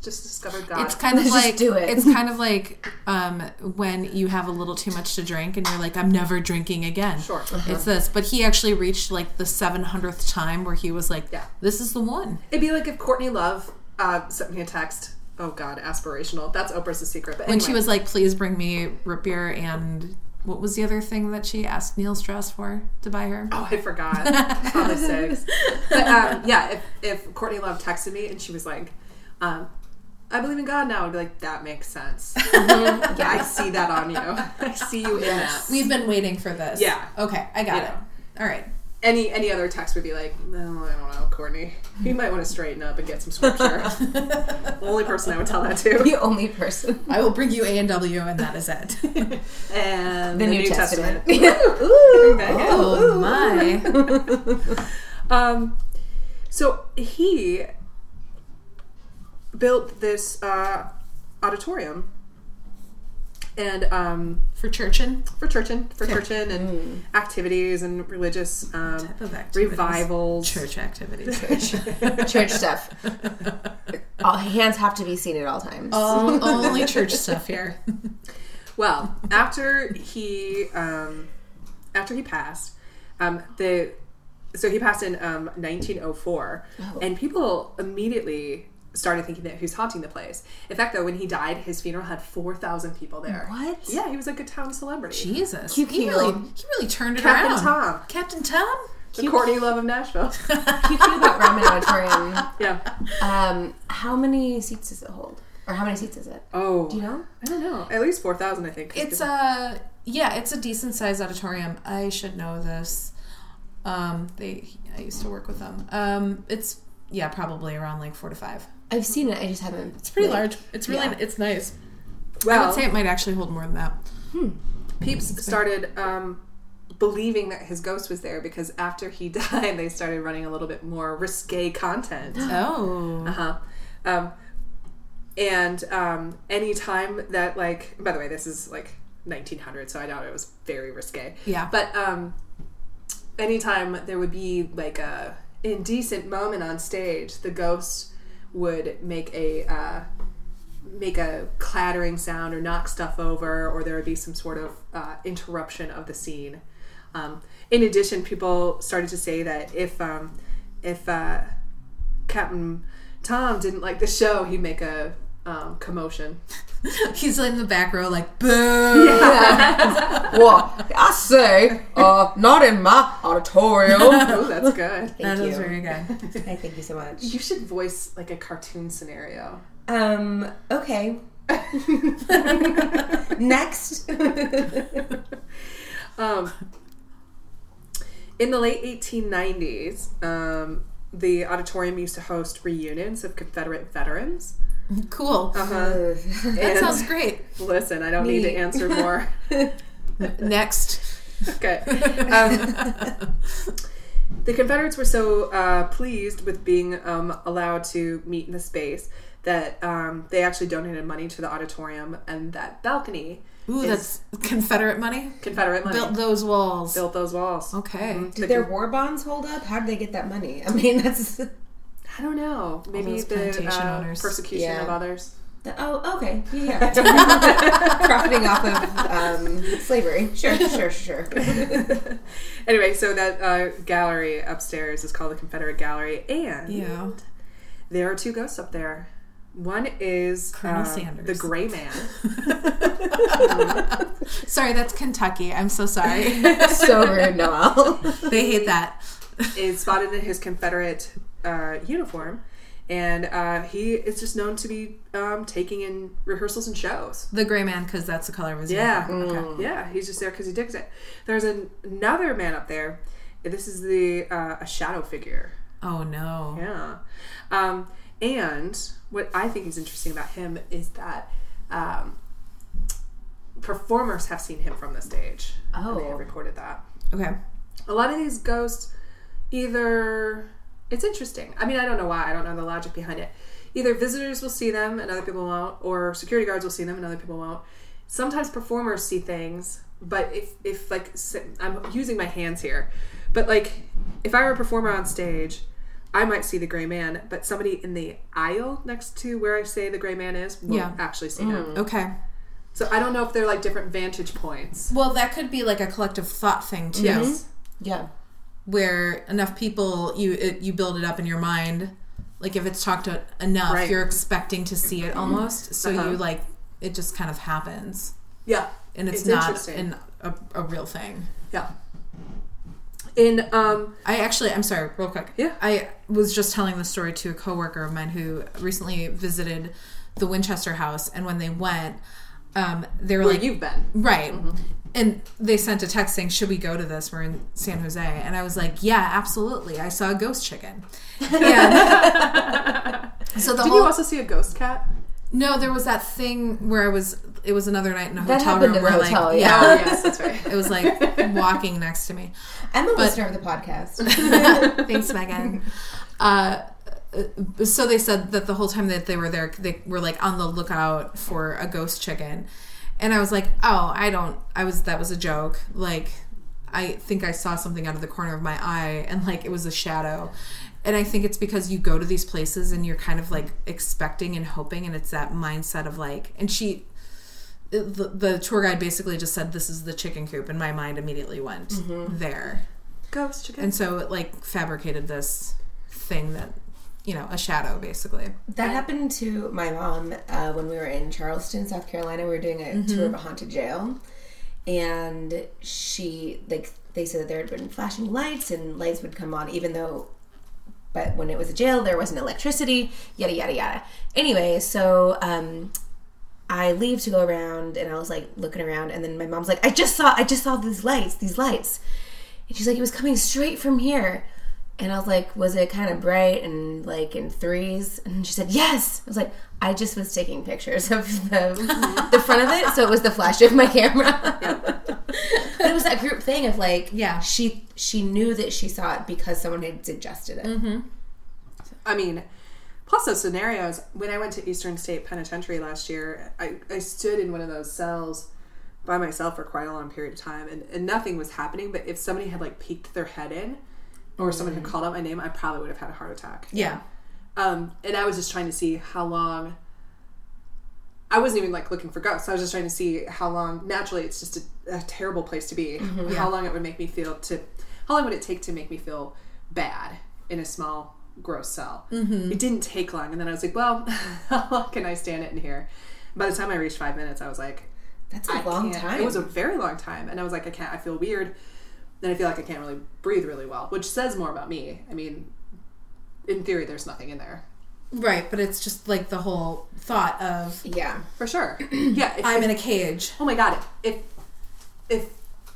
[SPEAKER 1] Just discovered God.
[SPEAKER 2] It's kind of
[SPEAKER 3] Just
[SPEAKER 2] like
[SPEAKER 3] do it.
[SPEAKER 2] it's kind of like um, when you have a little too much to drink and you're like, I'm never drinking again.
[SPEAKER 1] Sure.
[SPEAKER 2] It's this, but he actually reached like the seven hundredth time where he was like,
[SPEAKER 1] Yeah.
[SPEAKER 2] "This is the one."
[SPEAKER 1] It'd be like if Courtney Love uh, sent me a text. Oh God, aspirational. That's Oprah's The secret. But
[SPEAKER 2] When
[SPEAKER 1] anyway,
[SPEAKER 2] she was like, "Please bring me root beer," and what was the other thing that she asked Neil Strauss for to buy her?
[SPEAKER 1] oh, I forgot. Probably six. But um, yeah, if, if Courtney Love texted me and she was like, um, I believe in God now, I'd be like, that makes sense. Yeah, I see that on you. I see you in that.
[SPEAKER 2] We've been waiting for this.
[SPEAKER 1] Yeah.
[SPEAKER 2] Okay, I got
[SPEAKER 1] Yeah.
[SPEAKER 2] it. All right.
[SPEAKER 1] any any other text would be like, no, I don't know, Courtney. You might want to straighten up and get some scripture. the only person I would tell that to.
[SPEAKER 3] The only person.
[SPEAKER 2] I will bring you A and W, and that is it.
[SPEAKER 1] And
[SPEAKER 3] The, New, Testament.
[SPEAKER 2] oh my!
[SPEAKER 1] Um, so he built this uh, auditorium and um,
[SPEAKER 2] For churchin
[SPEAKER 1] for churchin for churchin and activities and religious um,
[SPEAKER 2] type of Mm. activities.
[SPEAKER 1] revivals.
[SPEAKER 2] church activities.
[SPEAKER 3] Church stuff. All hands have to be seen at all times.
[SPEAKER 2] All, only church stuff here.
[SPEAKER 1] Well, after he um, after he passed, um, the so he passed in um, 1904,
[SPEAKER 2] Oh.
[SPEAKER 1] and people immediately started thinking that who's haunting the place. In fact, though, when he died, his funeral had 4,000 people there.
[SPEAKER 3] What?
[SPEAKER 1] Yeah, he was like a town celebrity.
[SPEAKER 2] Jesus,
[SPEAKER 3] Cute,
[SPEAKER 2] he
[SPEAKER 3] cute.
[SPEAKER 2] really he really turned it
[SPEAKER 1] Captain
[SPEAKER 2] around.
[SPEAKER 1] Tom.
[SPEAKER 2] Captain Tom.
[SPEAKER 1] the Courtney Love of Nashville.
[SPEAKER 3] QQ about Ramen Auditorium.
[SPEAKER 1] yeah.
[SPEAKER 3] Um, how many seats does it hold? Or how many seats is it?
[SPEAKER 1] Oh,
[SPEAKER 3] Do you know?
[SPEAKER 1] I don't know. At least 4,000, I think.
[SPEAKER 2] It's a yeah, it's a decent sized auditorium. I should know this. Um, they I used to work with them. Um, it's yeah, probably around like four to five.
[SPEAKER 3] I've seen it. I just haven't.
[SPEAKER 2] It's pretty large. It's really
[SPEAKER 3] yeah.
[SPEAKER 2] it's nice. I
[SPEAKER 1] well,
[SPEAKER 2] would say it might actually hold more than that.
[SPEAKER 1] Peeps started um, believing that his ghost was there because after he died, they started running a little bit more risque content.
[SPEAKER 2] Oh,
[SPEAKER 1] Uh-huh. Um, and um, any time that, like, by the way, this is like 1900, so I doubt it was very risque.
[SPEAKER 2] Yeah.
[SPEAKER 1] But um, anytime there would be like a indecent moment on stage, the ghost would make a uh, make a clattering sound or knock stuff over, or there would be some sort of uh, interruption of the scene. Um, in addition, people started to say that if um, if uh, Captain Tom didn't like the show, he'd make a um, commotion.
[SPEAKER 2] he's in the back row, like boo.
[SPEAKER 3] What? I say, uh, not in my auditorium.
[SPEAKER 1] Oh, that's good.
[SPEAKER 2] That
[SPEAKER 3] Thank
[SPEAKER 2] was
[SPEAKER 3] you.
[SPEAKER 2] very good.
[SPEAKER 3] I thank you so much.
[SPEAKER 1] You should voice like a cartoon scenario.
[SPEAKER 3] Um, okay. Next. Uh-huh.
[SPEAKER 1] Um, in the late 1890s, um, the auditorium used to host reunions of Confederate veterans.
[SPEAKER 2] Cool.
[SPEAKER 1] Uh-huh.
[SPEAKER 2] That sounds great.
[SPEAKER 1] Listen, I don't need to
[SPEAKER 3] Neat.
[SPEAKER 1] answer more.
[SPEAKER 2] Next.
[SPEAKER 1] okay. Um, the Confederates were so uh, pleased with being um, allowed to meet in the space that um, they actually donated money to the auditorium and that balcony.
[SPEAKER 2] Ooh,
[SPEAKER 1] is
[SPEAKER 2] that's Confederate money.
[SPEAKER 1] Confederate money.
[SPEAKER 2] Built
[SPEAKER 1] Built,
[SPEAKER 2] those walls.
[SPEAKER 1] those walls. Mm-hmm.
[SPEAKER 2] Okay.
[SPEAKER 1] The
[SPEAKER 3] Did their war bonds hold up? How did they get that money? I mean, that's. The,
[SPEAKER 1] I don't know. Maybe
[SPEAKER 2] those
[SPEAKER 1] the
[SPEAKER 2] plantation
[SPEAKER 1] uh,
[SPEAKER 2] owners.
[SPEAKER 1] persecution
[SPEAKER 3] Yeah.
[SPEAKER 1] of others.
[SPEAKER 3] oh, okay. Yeah. yeah. Profiting off of um, slavery. Sure, sure, sure.
[SPEAKER 1] Anyway, so that uh, gallery upstairs is called the Confederate Gallery, and
[SPEAKER 2] Yeah.
[SPEAKER 1] there are two ghosts up there. One is
[SPEAKER 2] Colonel
[SPEAKER 1] uh,
[SPEAKER 2] Sanders.
[SPEAKER 1] the Gray Man.
[SPEAKER 2] Sorry, that's Kentucky. I'm so sorry.
[SPEAKER 3] So rude, Noel.
[SPEAKER 2] they hate that.
[SPEAKER 1] is spotted in his Confederate uh, uniform, and uh, he is just known to be um, taking in rehearsals and shows.
[SPEAKER 2] The gray man, because that's the color of his
[SPEAKER 1] Yeah,
[SPEAKER 2] uniform. Okay.
[SPEAKER 1] yeah, he's just there because he digs it. There's an, another man up there. This is the uh, a shadow figure.
[SPEAKER 2] Oh no.
[SPEAKER 1] Yeah. Um, and what I think is interesting about him is that um, performers have seen him from the stage. And they
[SPEAKER 3] Oh.
[SPEAKER 1] have recorded that.
[SPEAKER 2] Okay.
[SPEAKER 1] A lot of these ghosts either. It's interesting. I mean, I don't know why. I don't know the logic behind it. Either visitors will see them and other people won't, or security guards will see them and other people won't. Sometimes performers see things, but if, if like, s- I'm using my hands here, but like, if I were a performer on stage, I might see the gray man, but somebody in the aisle next to where I say the gray man is will
[SPEAKER 2] Yeah.
[SPEAKER 1] actually see him.
[SPEAKER 2] Okay.
[SPEAKER 1] So I don't know if they're like different vantage points. Mm-hmm.
[SPEAKER 2] Well, that could be like a collective thought thing too,
[SPEAKER 1] Yes.
[SPEAKER 3] Yeah.
[SPEAKER 2] where enough people you it, you build it up in your mind. Like if it's talked about enough,
[SPEAKER 1] Right.
[SPEAKER 2] you're expecting to see it almost. So
[SPEAKER 1] Uh-huh.
[SPEAKER 2] you like it just kind of happens,
[SPEAKER 1] Yeah.
[SPEAKER 2] and it's,
[SPEAKER 1] It's
[SPEAKER 2] not
[SPEAKER 1] interesting.
[SPEAKER 2] an, a, a real thing.
[SPEAKER 1] Yeah. In um
[SPEAKER 2] I actually, I'm sorry, real quick.
[SPEAKER 1] Yeah.
[SPEAKER 2] I was just telling the story to a coworker of mine who recently visited the Winchester House, and when they went, um, they were
[SPEAKER 1] where
[SPEAKER 2] like,
[SPEAKER 1] you've been.
[SPEAKER 3] Mm-hmm.
[SPEAKER 2] right, and they sent a text saying, "Should we go to this? We're in San Jose." And I was like, "Yeah, absolutely." I saw a ghost chicken. And so the
[SPEAKER 1] Did
[SPEAKER 2] whole
[SPEAKER 1] you also see a ghost cat?
[SPEAKER 2] no, there was that thing where I was. It was another night in a
[SPEAKER 3] That
[SPEAKER 2] hotel
[SPEAKER 3] happened
[SPEAKER 2] room
[SPEAKER 3] in a
[SPEAKER 2] where,
[SPEAKER 3] hotel,
[SPEAKER 2] like,
[SPEAKER 3] yeah.
[SPEAKER 1] Oh yes, that's right.
[SPEAKER 2] it was like walking next to me.
[SPEAKER 3] I'm a listener of the podcast.
[SPEAKER 2] Thanks, Megan. Uh, uh, so they said that the whole time that they were there, they were like on the lookout for a ghost chicken, and I was like, "Oh, I don't. I was that was a joke. Like, I think I saw something out of the corner of my eye, and like it was a shadow." And I think it's because you go to these places and you're kind of like expecting and hoping, and it's that mindset of like. And she, the, the tour guide, basically just said, "This is the chicken coop," and my mind immediately went there.
[SPEAKER 1] Ghost chicken.
[SPEAKER 2] And so it like fabricated this thing that, you know, a shadow basically.
[SPEAKER 3] That happened to my mom uh, when we were in Charleston, South Carolina. We were doing a tour of a haunted jail, and she like they said that there had been flashing lights and lights would come on, even though. But when it was a jail, there wasn't electricity. Yada yada yada. Anyway, so um, I leave to go around, and I was like looking around, and then my mom's like, "I just saw, I just saw these lights, these lights," and she's like, "It was coming straight from here." And I was like, was it kind of bright and like in threes? And she said, yes. I was like, I just was taking pictures of the, the front of it. So it was the flash of my camera. but it was that group thing of like,
[SPEAKER 2] Yeah.
[SPEAKER 3] she she knew that she saw it because someone had suggested it.
[SPEAKER 1] I mean, plus those scenarios. When I went to Eastern State Penitentiary last year, I, I stood in one of those cells by myself for quite a long period of time, and, and nothing was happening. But if somebody had like peeked their head in, or someone had called out my name, I probably would have had a heart attack.
[SPEAKER 2] Yeah.
[SPEAKER 1] Um, and I was just trying to see how long. I wasn't even like looking for ghosts. I was just trying to see how long. Naturally, it's just a, a terrible place to be.
[SPEAKER 3] Mm-hmm.
[SPEAKER 1] How long it would make me feel to, how long would it take to make me feel bad in a small gross cell? Mm-hmm. It didn't take long, and then I was like, well, how long can I stand it in here? By the time I reached five minutes, I was like,
[SPEAKER 3] That's a
[SPEAKER 1] I
[SPEAKER 3] long
[SPEAKER 1] can't-
[SPEAKER 3] time.
[SPEAKER 1] It was a very long time, and I was like, I can't. I feel weird, and I feel like I can't really breathe really well, which says more about me. I mean, in theory, there's nothing in there
[SPEAKER 2] Right. But it's just like the whole thought of
[SPEAKER 3] yeah.
[SPEAKER 1] for sure. yeah, if,
[SPEAKER 2] I'm in a cage.
[SPEAKER 1] oh my god, if if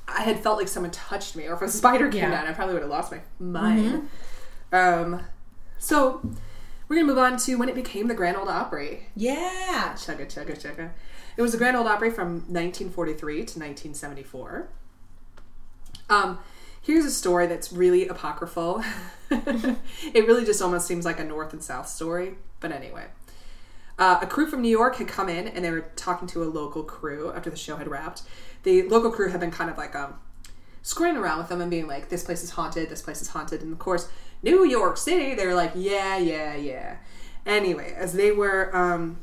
[SPEAKER 1] I had felt like someone touched me, or if a spider came
[SPEAKER 2] Yeah. Mm-hmm.
[SPEAKER 1] down, I probably would have lost my mind. Um, so we're gonna move on to when it became the Grand Old Opry.
[SPEAKER 3] Yeah.
[SPEAKER 1] Chugga chugga chugga. It was the Grand Old Opry from 1943 to 1974. Um, here's a story that's really apocryphal. it really just almost seems like a North and South story, but anyway. Uh, a crew from New York had come in and they were talking to a local crew after the show had wrapped. The local crew had been kind of like um, screwing around with them and being like, this place is haunted, this place is haunted. And of course, New York City, they were like, yeah, yeah, yeah. Anyway, as they were um,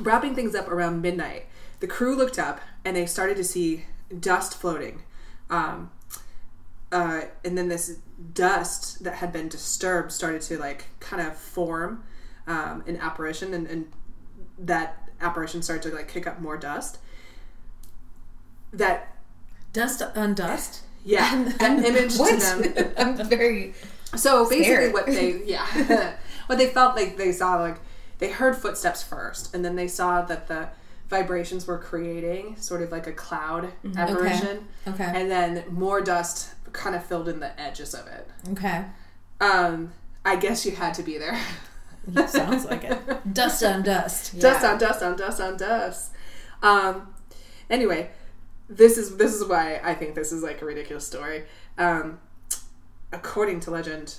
[SPEAKER 1] wrapping things up around midnight, the crew looked up and they started to see dust floating. Um, uh, and then this dust that had been disturbed started to like kind of form um, an apparition, and, and that apparition started to like kick up more dust. That
[SPEAKER 2] Dust on dust.
[SPEAKER 1] yeah, that image to
[SPEAKER 3] What?
[SPEAKER 1] them
[SPEAKER 3] I'm very.
[SPEAKER 1] so basically,
[SPEAKER 3] Scared.
[SPEAKER 1] what they yeah, what they felt like they saw like they heard footsteps first, and then they saw that the vibrations were creating sort of like a cloud apparition,
[SPEAKER 2] Okay.
[SPEAKER 1] and then more dust kind of filled in the edges of it.
[SPEAKER 2] Okay.
[SPEAKER 1] Um, I guess you had to be there.
[SPEAKER 2] Sounds like it. Dust on dust.
[SPEAKER 1] dust
[SPEAKER 3] Yeah.
[SPEAKER 1] on dust on dust on dust. Um, anyway, this is this is why I think this is like a ridiculous story. Um, according to legend,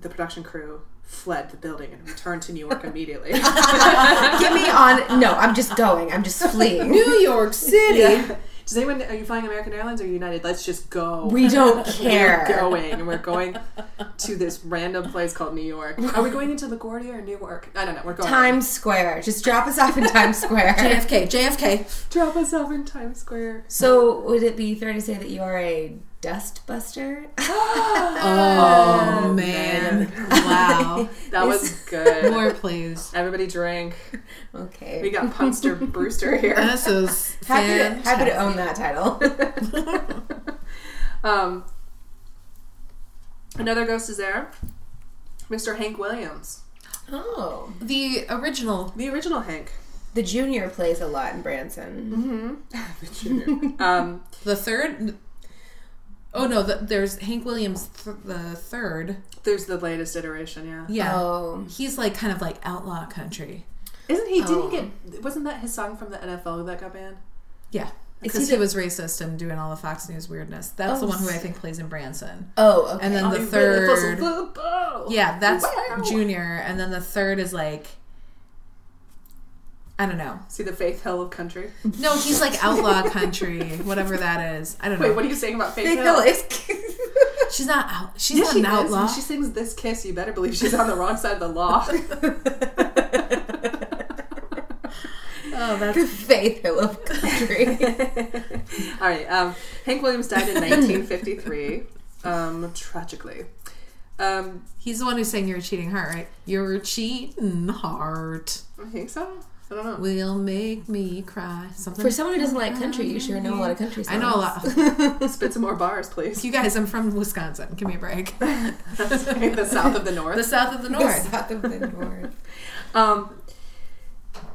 [SPEAKER 1] the production crew fled the building and returned to New York immediately.
[SPEAKER 3] Get me on. No, I'm just going. I'm just fleeing.
[SPEAKER 2] New York City.
[SPEAKER 1] Yeah. Does anyone are you flying American Airlines or United? Let's just go.
[SPEAKER 3] We don't care.
[SPEAKER 1] We're going and we're going to this random place called New York. Are we going into LaGuardia or Newark? I don't know. We're going.
[SPEAKER 3] Times Square. Just drop us off in Times Square.
[SPEAKER 2] JFK. JFK.
[SPEAKER 1] Drop us off in Times Square.
[SPEAKER 3] So would it be fair to say that you are a dust buster?
[SPEAKER 2] Oh man. Wow.
[SPEAKER 1] That was good.
[SPEAKER 2] More please.
[SPEAKER 1] Everybody drink. We
[SPEAKER 3] okay.
[SPEAKER 1] got Punster Brewster here.
[SPEAKER 2] This is
[SPEAKER 3] Happy to,
[SPEAKER 2] fantastic.
[SPEAKER 3] happy to own that title.
[SPEAKER 1] Um, another ghost is there. Mr. Hank Williams,
[SPEAKER 3] oh.
[SPEAKER 2] the original
[SPEAKER 1] the original Hank.
[SPEAKER 3] The junior plays a lot in Branson.
[SPEAKER 1] The junior.
[SPEAKER 2] Mm-hmm.
[SPEAKER 1] um,
[SPEAKER 2] The third. Oh no! The, there's Hank Williams th- the third.
[SPEAKER 1] there's the latest iteration, yeah.
[SPEAKER 2] Yeah,
[SPEAKER 3] Oh,
[SPEAKER 2] he's like kind of like outlaw country.
[SPEAKER 1] Isn't he? Didn't he
[SPEAKER 3] Oh.
[SPEAKER 1] get? Wasn't that his song from the NFL that got banned?
[SPEAKER 2] Yeah,
[SPEAKER 3] Is
[SPEAKER 2] because
[SPEAKER 3] he
[SPEAKER 2] he was racist and doing all the Fox News weirdness. That's the
[SPEAKER 3] Oh,
[SPEAKER 2] one who I
[SPEAKER 3] s-
[SPEAKER 2] think plays in Branson.
[SPEAKER 3] oh, okay.
[SPEAKER 2] And then
[SPEAKER 1] Oh,
[SPEAKER 2] the
[SPEAKER 1] you really feel some
[SPEAKER 2] third.
[SPEAKER 1] football.
[SPEAKER 2] Yeah, that's
[SPEAKER 1] Wow.
[SPEAKER 2] Junior, and then the third is like. I don't know.
[SPEAKER 1] See the Faith Hill of country.
[SPEAKER 2] No, he's like outlaw country, whatever that is. I don't know.
[SPEAKER 1] Wait, what are you saying about Faith,
[SPEAKER 3] Faith
[SPEAKER 1] Hill?
[SPEAKER 3] Hill is.
[SPEAKER 2] She's not out. She's
[SPEAKER 1] Yeah,
[SPEAKER 2] not
[SPEAKER 1] she
[SPEAKER 2] an
[SPEAKER 1] is.
[SPEAKER 2] outlaw.
[SPEAKER 1] When she sings "This Kiss," you better believe she's on the wrong side of the law.
[SPEAKER 2] oh, that's
[SPEAKER 3] the Faith Hill of country.
[SPEAKER 1] All right. Um, Hank Williams died in 1953, um, tragically. Um,
[SPEAKER 2] he's the one who sang "You're a Cheating Heart," right? Your cheating heart
[SPEAKER 1] I think so. I don't know.
[SPEAKER 2] will make me cry. Something.
[SPEAKER 3] For someone who doesn't like country, you sure know a lot of country songs.
[SPEAKER 2] I know a lot.
[SPEAKER 1] Spit some more bars, please.
[SPEAKER 2] You guys, I'm from Wisconsin. Give me a break.
[SPEAKER 1] That's right, the south of the
[SPEAKER 2] The
[SPEAKER 1] north.
[SPEAKER 2] south of the
[SPEAKER 3] North.
[SPEAKER 2] north.
[SPEAKER 3] South of the North.
[SPEAKER 1] Um,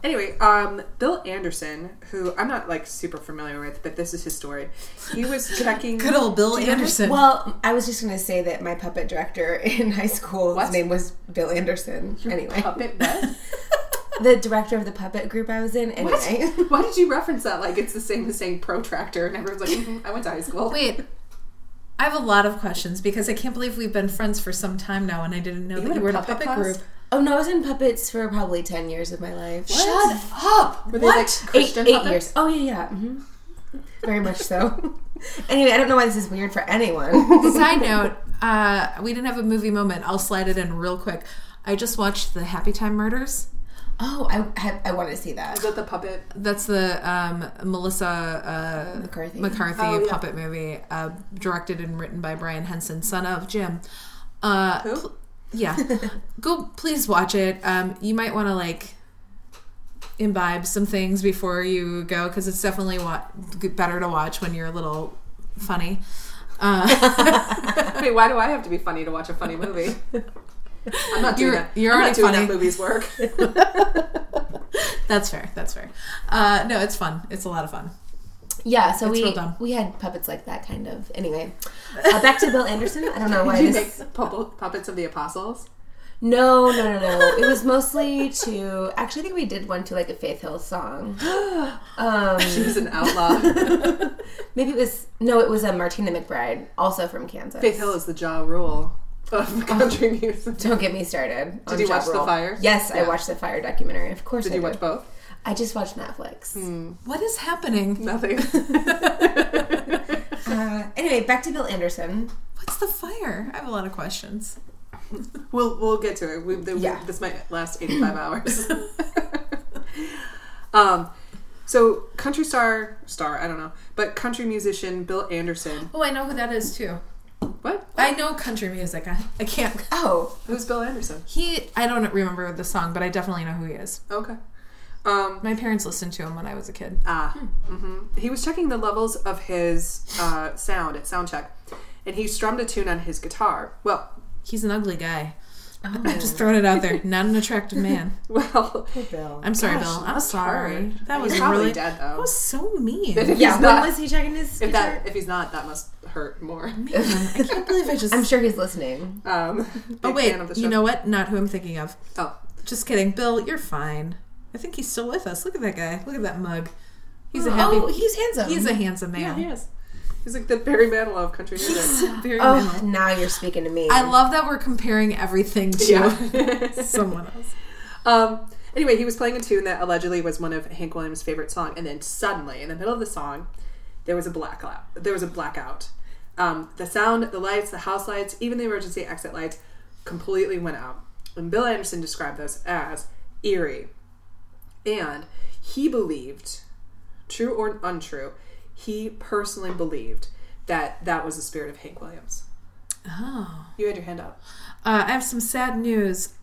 [SPEAKER 1] anyway, um, Bill Anderson, who I'm not like super familiar with, but this is his story. He was checking.
[SPEAKER 2] Good old Bill
[SPEAKER 1] Do you know
[SPEAKER 2] Anderson.
[SPEAKER 3] Well, I was just going to say that my puppet director in high school,
[SPEAKER 1] What? Oh.
[SPEAKER 3] his name was Bill Anderson. anyway,
[SPEAKER 1] Puppet Beth?
[SPEAKER 3] the director of the puppet group I was in. Anyway,
[SPEAKER 1] Why did you reference that like it's the same as saying protractor? And everyone's like, "Mhm, I went to high school.
[SPEAKER 2] Wait, I have a lot of questions because I can't believe we've been friends for some time now, and I didn't know
[SPEAKER 1] You
[SPEAKER 2] that
[SPEAKER 1] in
[SPEAKER 2] you
[SPEAKER 1] a
[SPEAKER 2] were in a
[SPEAKER 1] puppet
[SPEAKER 2] puppet
[SPEAKER 1] class?
[SPEAKER 2] group.
[SPEAKER 3] oh no, I was in puppets for probably ten years of my life.
[SPEAKER 1] Shut up! Were they like
[SPEAKER 2] What?
[SPEAKER 3] Eight,
[SPEAKER 1] Christian
[SPEAKER 3] eight
[SPEAKER 1] puppets?
[SPEAKER 3] years. Oh yeah, yeah. hmm Very much so. anyway, I don't know why this is weird for anyone.
[SPEAKER 2] Side note: uh, We didn't have a movie moment. I'll slide it in real quick. I just watched the Happy Time Murders.
[SPEAKER 3] oh, I I, I want to see that.
[SPEAKER 1] Is that the puppet?
[SPEAKER 2] That's the um, Melissa uh,
[SPEAKER 3] McCarthy.
[SPEAKER 2] McCarthy
[SPEAKER 1] Oh, yeah.
[SPEAKER 2] puppet movie, uh, directed and written by Brian Henson, son of Jim. Uh,
[SPEAKER 1] Who?
[SPEAKER 2] pl- yeah, go please watch it. Um, you might want to like imbibe some things before you go because it's definitely wa- g- better to watch when you're a little funny. Uh,
[SPEAKER 1] Wait, why do I have to be funny to watch a funny movie? I'm not doing
[SPEAKER 2] You're-
[SPEAKER 1] that.
[SPEAKER 2] you're
[SPEAKER 1] I'm
[SPEAKER 2] already
[SPEAKER 1] not doing
[SPEAKER 2] funny.
[SPEAKER 1] that movie's work.
[SPEAKER 2] that's fair. That's fair. Uh, no, it's fun. It's a lot of fun.
[SPEAKER 3] Yeah, so
[SPEAKER 2] It's
[SPEAKER 3] we
[SPEAKER 2] real dumb.
[SPEAKER 3] we had puppets like that kind of. Anyway, uh, back to Bill Anderson. I don't know why
[SPEAKER 1] Did you
[SPEAKER 3] this.
[SPEAKER 1] make pu- puppets of the apostles?
[SPEAKER 3] No, no, no, no. It was mostly to. Actually, I think we did one to like a Faith Hill song. Um,
[SPEAKER 1] She was an outlaw.
[SPEAKER 3] maybe it was no. It was a Martina McBride, also from Kansas.
[SPEAKER 1] Faith Hill is the jaw rule of country music.
[SPEAKER 3] Don't get me started. Did
[SPEAKER 1] you watch The Fire?
[SPEAKER 3] Yes, I
[SPEAKER 1] Yeah.
[SPEAKER 3] watched the Fire documentary. Of course,
[SPEAKER 1] Did
[SPEAKER 3] I
[SPEAKER 1] you
[SPEAKER 3] did.
[SPEAKER 1] watch Hmm. both?
[SPEAKER 3] I just watched Netflix.
[SPEAKER 2] What is happening?
[SPEAKER 1] Nothing.
[SPEAKER 3] Uh, anyway, back to Bill Anderson.
[SPEAKER 2] What's the fire? I have a lot of questions.
[SPEAKER 1] We'll we'll get to it. We, the,
[SPEAKER 3] Yeah.
[SPEAKER 1] This might last 85 hours. um, so country star star I don't know, but country musician Bill Anderson.
[SPEAKER 2] Oh, I know who that is too.
[SPEAKER 1] What?
[SPEAKER 2] I know country music. I, I can't.
[SPEAKER 3] Oh,
[SPEAKER 1] Who's Bill Anderson?
[SPEAKER 2] He. I don't remember the song, but I definitely know who he is.
[SPEAKER 1] Okay. Um,
[SPEAKER 2] My parents listened to him when I was a kid.
[SPEAKER 1] Ah, hmm he was checking the levels of his uh, sound at sound check, and he strummed a tune on his guitar. Well,
[SPEAKER 2] He's an ugly guy.
[SPEAKER 1] Oh.
[SPEAKER 2] I'm just throwing it out there. Not an attractive man.
[SPEAKER 1] well,
[SPEAKER 3] Bill.
[SPEAKER 2] I'm sorry,
[SPEAKER 1] Oh, Gosh,
[SPEAKER 2] Bill. I'm
[SPEAKER 1] that's
[SPEAKER 2] sorry.
[SPEAKER 1] hard.
[SPEAKER 2] That
[SPEAKER 1] He's
[SPEAKER 2] was
[SPEAKER 1] probably
[SPEAKER 2] really.
[SPEAKER 1] dead, though.
[SPEAKER 2] That was so
[SPEAKER 1] if
[SPEAKER 2] mean.
[SPEAKER 1] he's
[SPEAKER 3] yeah. When
[SPEAKER 1] not,
[SPEAKER 3] was he checking his?
[SPEAKER 1] if
[SPEAKER 3] guitar?
[SPEAKER 1] that if he's not, that must hurt more.
[SPEAKER 2] Man, I can't believe I just.
[SPEAKER 3] I'm sure he's listening.
[SPEAKER 1] Um,
[SPEAKER 2] oh
[SPEAKER 1] big
[SPEAKER 2] wait,
[SPEAKER 1] fan of the show.
[SPEAKER 2] you know what? Not who I'm thinking of.
[SPEAKER 1] oh,
[SPEAKER 2] Just kidding, Bill. You're fine. I think he's still with us. Look at that guy. Look at that mug. He's a happy.
[SPEAKER 3] Oh, he's handsome.
[SPEAKER 2] he's a handsome
[SPEAKER 1] yeah,
[SPEAKER 2] man.
[SPEAKER 1] he is. He's like the Barry Manilow of country music.
[SPEAKER 2] Very
[SPEAKER 3] Oh,
[SPEAKER 2] minimal.
[SPEAKER 3] now you're speaking to me.
[SPEAKER 2] I love that we're comparing everything to
[SPEAKER 1] Yeah.
[SPEAKER 2] someone else.
[SPEAKER 1] Um, anyway, he was playing a tune that allegedly was one of Hank Williams' favorite song, and then suddenly, in the middle of the song, there was a blackout. There was a blackout. Um, the sound, the lights, the house lights, even the emergency exit lights, completely went out. And Bill Anderson described this as eerie, and he believed, true or untrue, he personally believed that that was the spirit of Hank Williams.
[SPEAKER 2] Oh.
[SPEAKER 1] You had your hand up.
[SPEAKER 2] Uh, I have some sad news.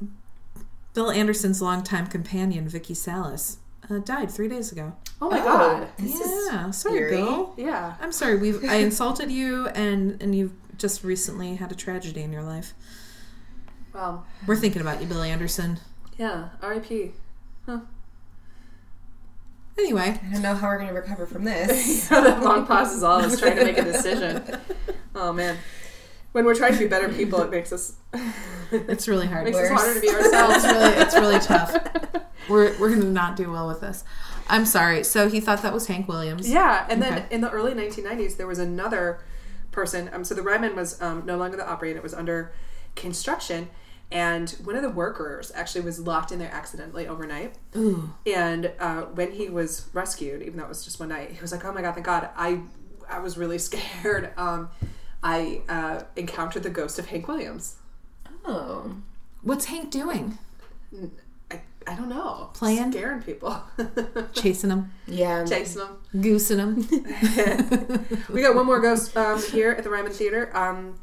[SPEAKER 2] Bill Anderson's longtime companion, Vicky Salas, uh, died three days ago.
[SPEAKER 1] Oh my
[SPEAKER 3] Oh.
[SPEAKER 1] god!
[SPEAKER 3] This is
[SPEAKER 2] yeah, sorry,
[SPEAKER 3] eerie.
[SPEAKER 2] Bill.
[SPEAKER 1] Yeah.
[SPEAKER 2] I'm sorry. We've I insulted you, and and you've just recently had a tragedy in your life.
[SPEAKER 1] Well.
[SPEAKER 2] We're thinking about you, Bill Anderson.
[SPEAKER 1] Yeah. R.I.P. Huh.
[SPEAKER 2] Anyway,
[SPEAKER 3] I don't know how we're going to recover from this.
[SPEAKER 1] So that long pause is all I was trying to make a decision. Oh man. When we're trying to be better people, it makes us
[SPEAKER 2] it's really hard.
[SPEAKER 1] makes
[SPEAKER 2] We're-
[SPEAKER 1] us
[SPEAKER 3] Worse.
[SPEAKER 1] harder to be ourselves.
[SPEAKER 2] it's really it's really tough. We're we're gonna not do well with this. I'm sorry. So he thought that was Hank Williams.
[SPEAKER 1] Yeah, and then
[SPEAKER 2] Okay.
[SPEAKER 1] in the early 1990s, there was another person. Um, so the Ryman was um, no longer the Opry, and it was under construction. And one of the workers actually was locked in there accidentally overnight.
[SPEAKER 2] Ooh.
[SPEAKER 1] And uh, when he was rescued, even though it was just one night, he was like, "Oh my god, thank God! I, I was really scared. Um, I uh, encountered the ghost of Hank Williams.
[SPEAKER 3] Oh.
[SPEAKER 2] What's Hank doing?
[SPEAKER 1] I, I don't know,
[SPEAKER 2] Playing?
[SPEAKER 1] scaring people,
[SPEAKER 2] Chasing him,
[SPEAKER 3] Yeah.
[SPEAKER 1] chasing them.
[SPEAKER 2] goosing him.
[SPEAKER 1] We got one more ghost um, here at the Ryman Theater. Um,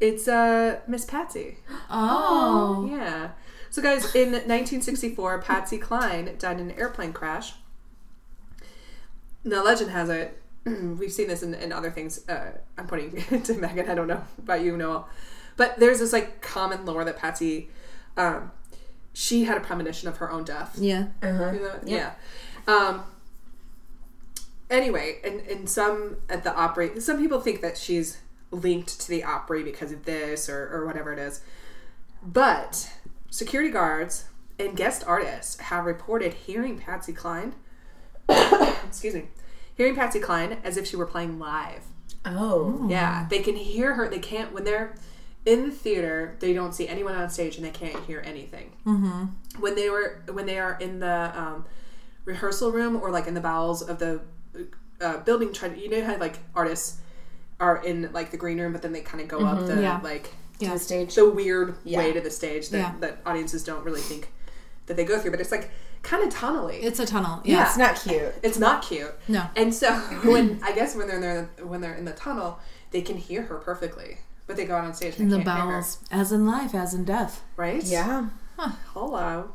[SPEAKER 1] it's uh, Miss Patsy.
[SPEAKER 2] Oh.
[SPEAKER 1] Yeah. So, guys, in 1964, Patsy Cline died in an airplane crash. Now, legend has it, we've seen this in, in other things. Uh, I'm pointing to Megan. I don't know about you, Noel. But there's this, like, common lore that Patsy, um, she had a premonition of her own death.
[SPEAKER 2] Yeah.
[SPEAKER 3] Uh-huh.
[SPEAKER 1] You know? Yeah. Um, anyway, and, and some at the Opry, some people think that she's linked to the Opry because of this or, or whatever it is. But security guards and guest artists have reported hearing Patsy Cline, excuse me, hearing Patsy Cline as if she were playing live.
[SPEAKER 3] Oh.
[SPEAKER 1] Yeah, they can hear her. They can't when they're in the theater. They don't see anyone on stage, and they can't hear anything. Mm-hmm. When they were when they are in the um, rehearsal room or like in the bowels of the uh, building, trying you know how like artists are in like the green room, but then they kind of go up the
[SPEAKER 2] Yeah.
[SPEAKER 1] like
[SPEAKER 3] To the stage.
[SPEAKER 1] the weird way
[SPEAKER 3] Yeah.
[SPEAKER 1] to the stage that,
[SPEAKER 2] Yeah.
[SPEAKER 1] that audiences don't really think that they go through, but it's like kind of tunnely.
[SPEAKER 2] It's a tunnel.
[SPEAKER 1] Yeah.
[SPEAKER 2] Yes.
[SPEAKER 3] It's not cute.
[SPEAKER 1] It's not cute.
[SPEAKER 2] No.
[SPEAKER 1] And so when I guess when they're in their, when they're in the tunnel, they can hear her perfectly, but they go out on stage and
[SPEAKER 2] In
[SPEAKER 1] they
[SPEAKER 2] the
[SPEAKER 1] can't hear her,
[SPEAKER 2] bowels, as in life, as in death.
[SPEAKER 1] right?
[SPEAKER 3] Yeah.
[SPEAKER 1] Hello.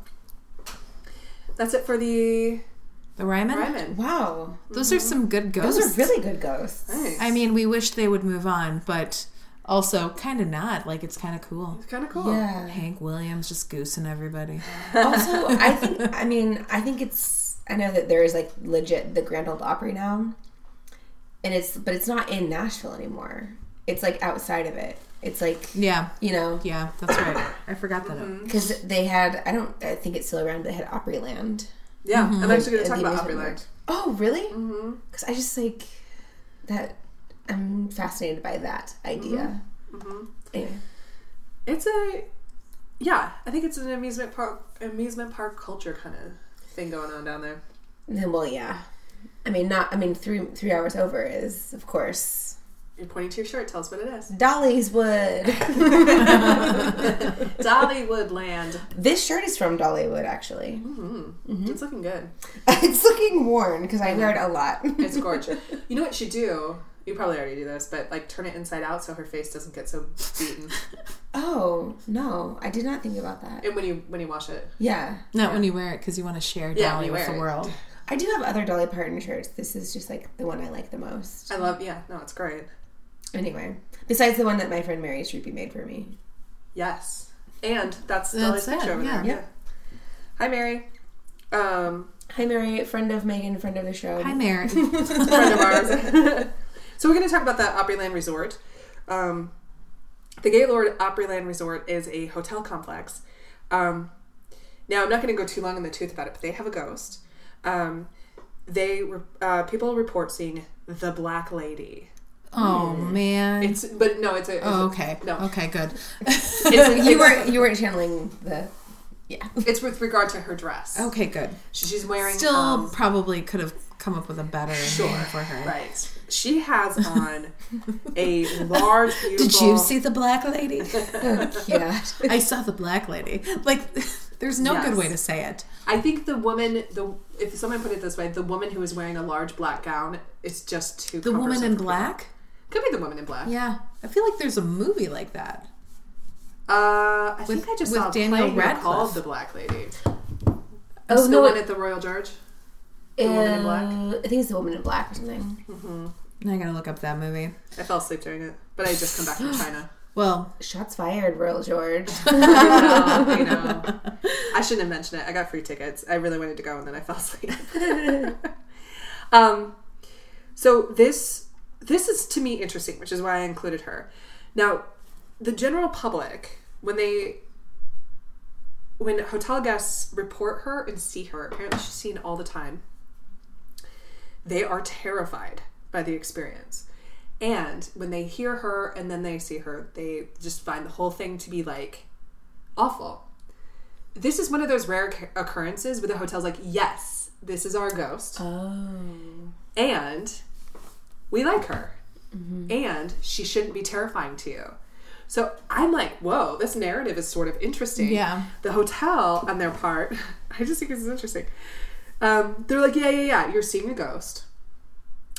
[SPEAKER 1] That's it for the
[SPEAKER 2] The Ryman.
[SPEAKER 1] Ryman.
[SPEAKER 3] Wow.
[SPEAKER 2] Those are some good ghosts.
[SPEAKER 3] Those are really good ghosts.
[SPEAKER 1] Nice.
[SPEAKER 2] I mean, we wish they would move on, but also kind of not. Like it's kind of cool.
[SPEAKER 1] it's kind of cool.
[SPEAKER 3] Yeah.
[SPEAKER 2] Hank Williams just goosing everybody.
[SPEAKER 3] also, I think I mean I think it's I know that there is like legit the Grand Old Opry now, and it's but it's not in Nashville anymore. It's like outside of it. It's like
[SPEAKER 2] Yeah.
[SPEAKER 3] you know
[SPEAKER 2] Yeah, that's right. I forgot that.
[SPEAKER 1] Mm-hmm.
[SPEAKER 3] because they had I don't I think it's still around. but They had Opryland.
[SPEAKER 1] Yeah. I'm actually going
[SPEAKER 3] at
[SPEAKER 1] to talk
[SPEAKER 3] the
[SPEAKER 1] about
[SPEAKER 3] amusement park.
[SPEAKER 1] Opryland.
[SPEAKER 3] Oh really? Because I just like that. I'm fascinated by that idea. Mm-hmm. Anyway.
[SPEAKER 1] It's a yeah. I think it's an amusement park amusement park culture kind of thing going on down there.
[SPEAKER 3] Then well, yeah. I mean, not. I mean, three three hours over is of course
[SPEAKER 1] You're pointing to your shirt. Tell us what it is.
[SPEAKER 3] Dolly's Wood.
[SPEAKER 1] Dollywood Land.
[SPEAKER 3] this shirt is from Dollywood, actually.
[SPEAKER 1] It's looking good.
[SPEAKER 3] It's looking worn because I wear it a lot.
[SPEAKER 1] It's gorgeous. you know what you do? You probably already do this, but like turn it inside out so her face doesn't get so beaten.
[SPEAKER 3] oh no, I did not think about that.
[SPEAKER 1] and when you when you wash it,
[SPEAKER 3] Yeah,
[SPEAKER 2] Not when you wear it because you want to share
[SPEAKER 1] Yeah,
[SPEAKER 2] Dolly
[SPEAKER 1] when you
[SPEAKER 2] with
[SPEAKER 1] wear
[SPEAKER 2] the
[SPEAKER 1] it.
[SPEAKER 2] world.
[SPEAKER 3] I do have other Dolly Parton shirts. This is just like the one I like the most.
[SPEAKER 1] I love. Yeah, no, it's great.
[SPEAKER 3] Anyway, besides the one that my friend Mary Shrupi made for me.
[SPEAKER 1] Yes, and that's
[SPEAKER 2] That's
[SPEAKER 1] Dolly's picture
[SPEAKER 2] it,
[SPEAKER 1] over
[SPEAKER 2] yeah.
[SPEAKER 1] there. Yeah. Hi, Mary. Um,
[SPEAKER 3] Hi Mary, friend of Megan, friend of the show.
[SPEAKER 2] Hi, Mary.
[SPEAKER 1] friend of ours. so we're going to talk about the Opryland Resort. Um, the Gaylord Opryland Resort is a hotel complex. Um, now I'm not going to go too long in the tooth about it, but they have a ghost. Um, they re- uh, people report seeing the Black Lady.
[SPEAKER 2] Oh man.
[SPEAKER 1] It's but no, it's a it's a-
[SPEAKER 2] oh, okay.
[SPEAKER 1] no.
[SPEAKER 2] Okay, good.
[SPEAKER 1] It's,
[SPEAKER 3] you
[SPEAKER 1] you
[SPEAKER 3] were you weren't channeling the. Yeah.
[SPEAKER 1] it's with regard to her dress.
[SPEAKER 2] Okay, good.
[SPEAKER 1] She- She's wearing
[SPEAKER 2] Still
[SPEAKER 1] um,
[SPEAKER 2] probably could have come up with a better name for her.
[SPEAKER 1] right. She has on a large. Beautiful,
[SPEAKER 2] Did you see the black lady?
[SPEAKER 3] Yeah.
[SPEAKER 2] I saw the black lady. Like, there's no
[SPEAKER 1] Yes.
[SPEAKER 2] good way to say it.
[SPEAKER 1] I think the woman, the if someone put it this way, the woman who is wearing a large black gown is just too.
[SPEAKER 2] The woman
[SPEAKER 1] cumbersome
[SPEAKER 2] in
[SPEAKER 1] for
[SPEAKER 2] black.
[SPEAKER 1] people. could be the woman in black.
[SPEAKER 2] Yeah, I feel like there's a movie like that.
[SPEAKER 1] Uh, I
[SPEAKER 2] With-
[SPEAKER 1] think I just
[SPEAKER 2] with
[SPEAKER 1] saw a
[SPEAKER 2] Daniel
[SPEAKER 1] play here
[SPEAKER 2] Radcliffe.
[SPEAKER 1] called The Black Lady.
[SPEAKER 3] Oh
[SPEAKER 1] the
[SPEAKER 3] no,
[SPEAKER 1] one
[SPEAKER 3] it,
[SPEAKER 1] at the Royal George.
[SPEAKER 3] uh,
[SPEAKER 1] Woman in Black?
[SPEAKER 3] I think it's the woman in black or something.
[SPEAKER 2] I gotta look up that movie.
[SPEAKER 1] I fell asleep during it, but I had just come back from China.
[SPEAKER 2] Well,
[SPEAKER 3] Shots fired, Royal George.
[SPEAKER 1] I know, I know. I shouldn't have mentioned it. I got free tickets. I really wanted to go, and then I fell asleep. um, so this this is to me interesting, which is why I included her. Now, the general public, when they when hotel guests report her and see her, apparently she's seen all the time. They are terrified by the experience. And when they hear her and then they see her, they just find the whole thing to be like awful. This is one of those rare occur- occurrences where the hotel's like, yes, this is our ghost.
[SPEAKER 3] oh.
[SPEAKER 1] And we like her. And she shouldn't be terrifying to you. So I'm like, whoa, this narrative is sort of interesting.
[SPEAKER 2] Yeah.
[SPEAKER 1] The hotel, on their part, I just think this is interesting. Um, they're like, yeah, yeah, yeah, you're seeing a ghost.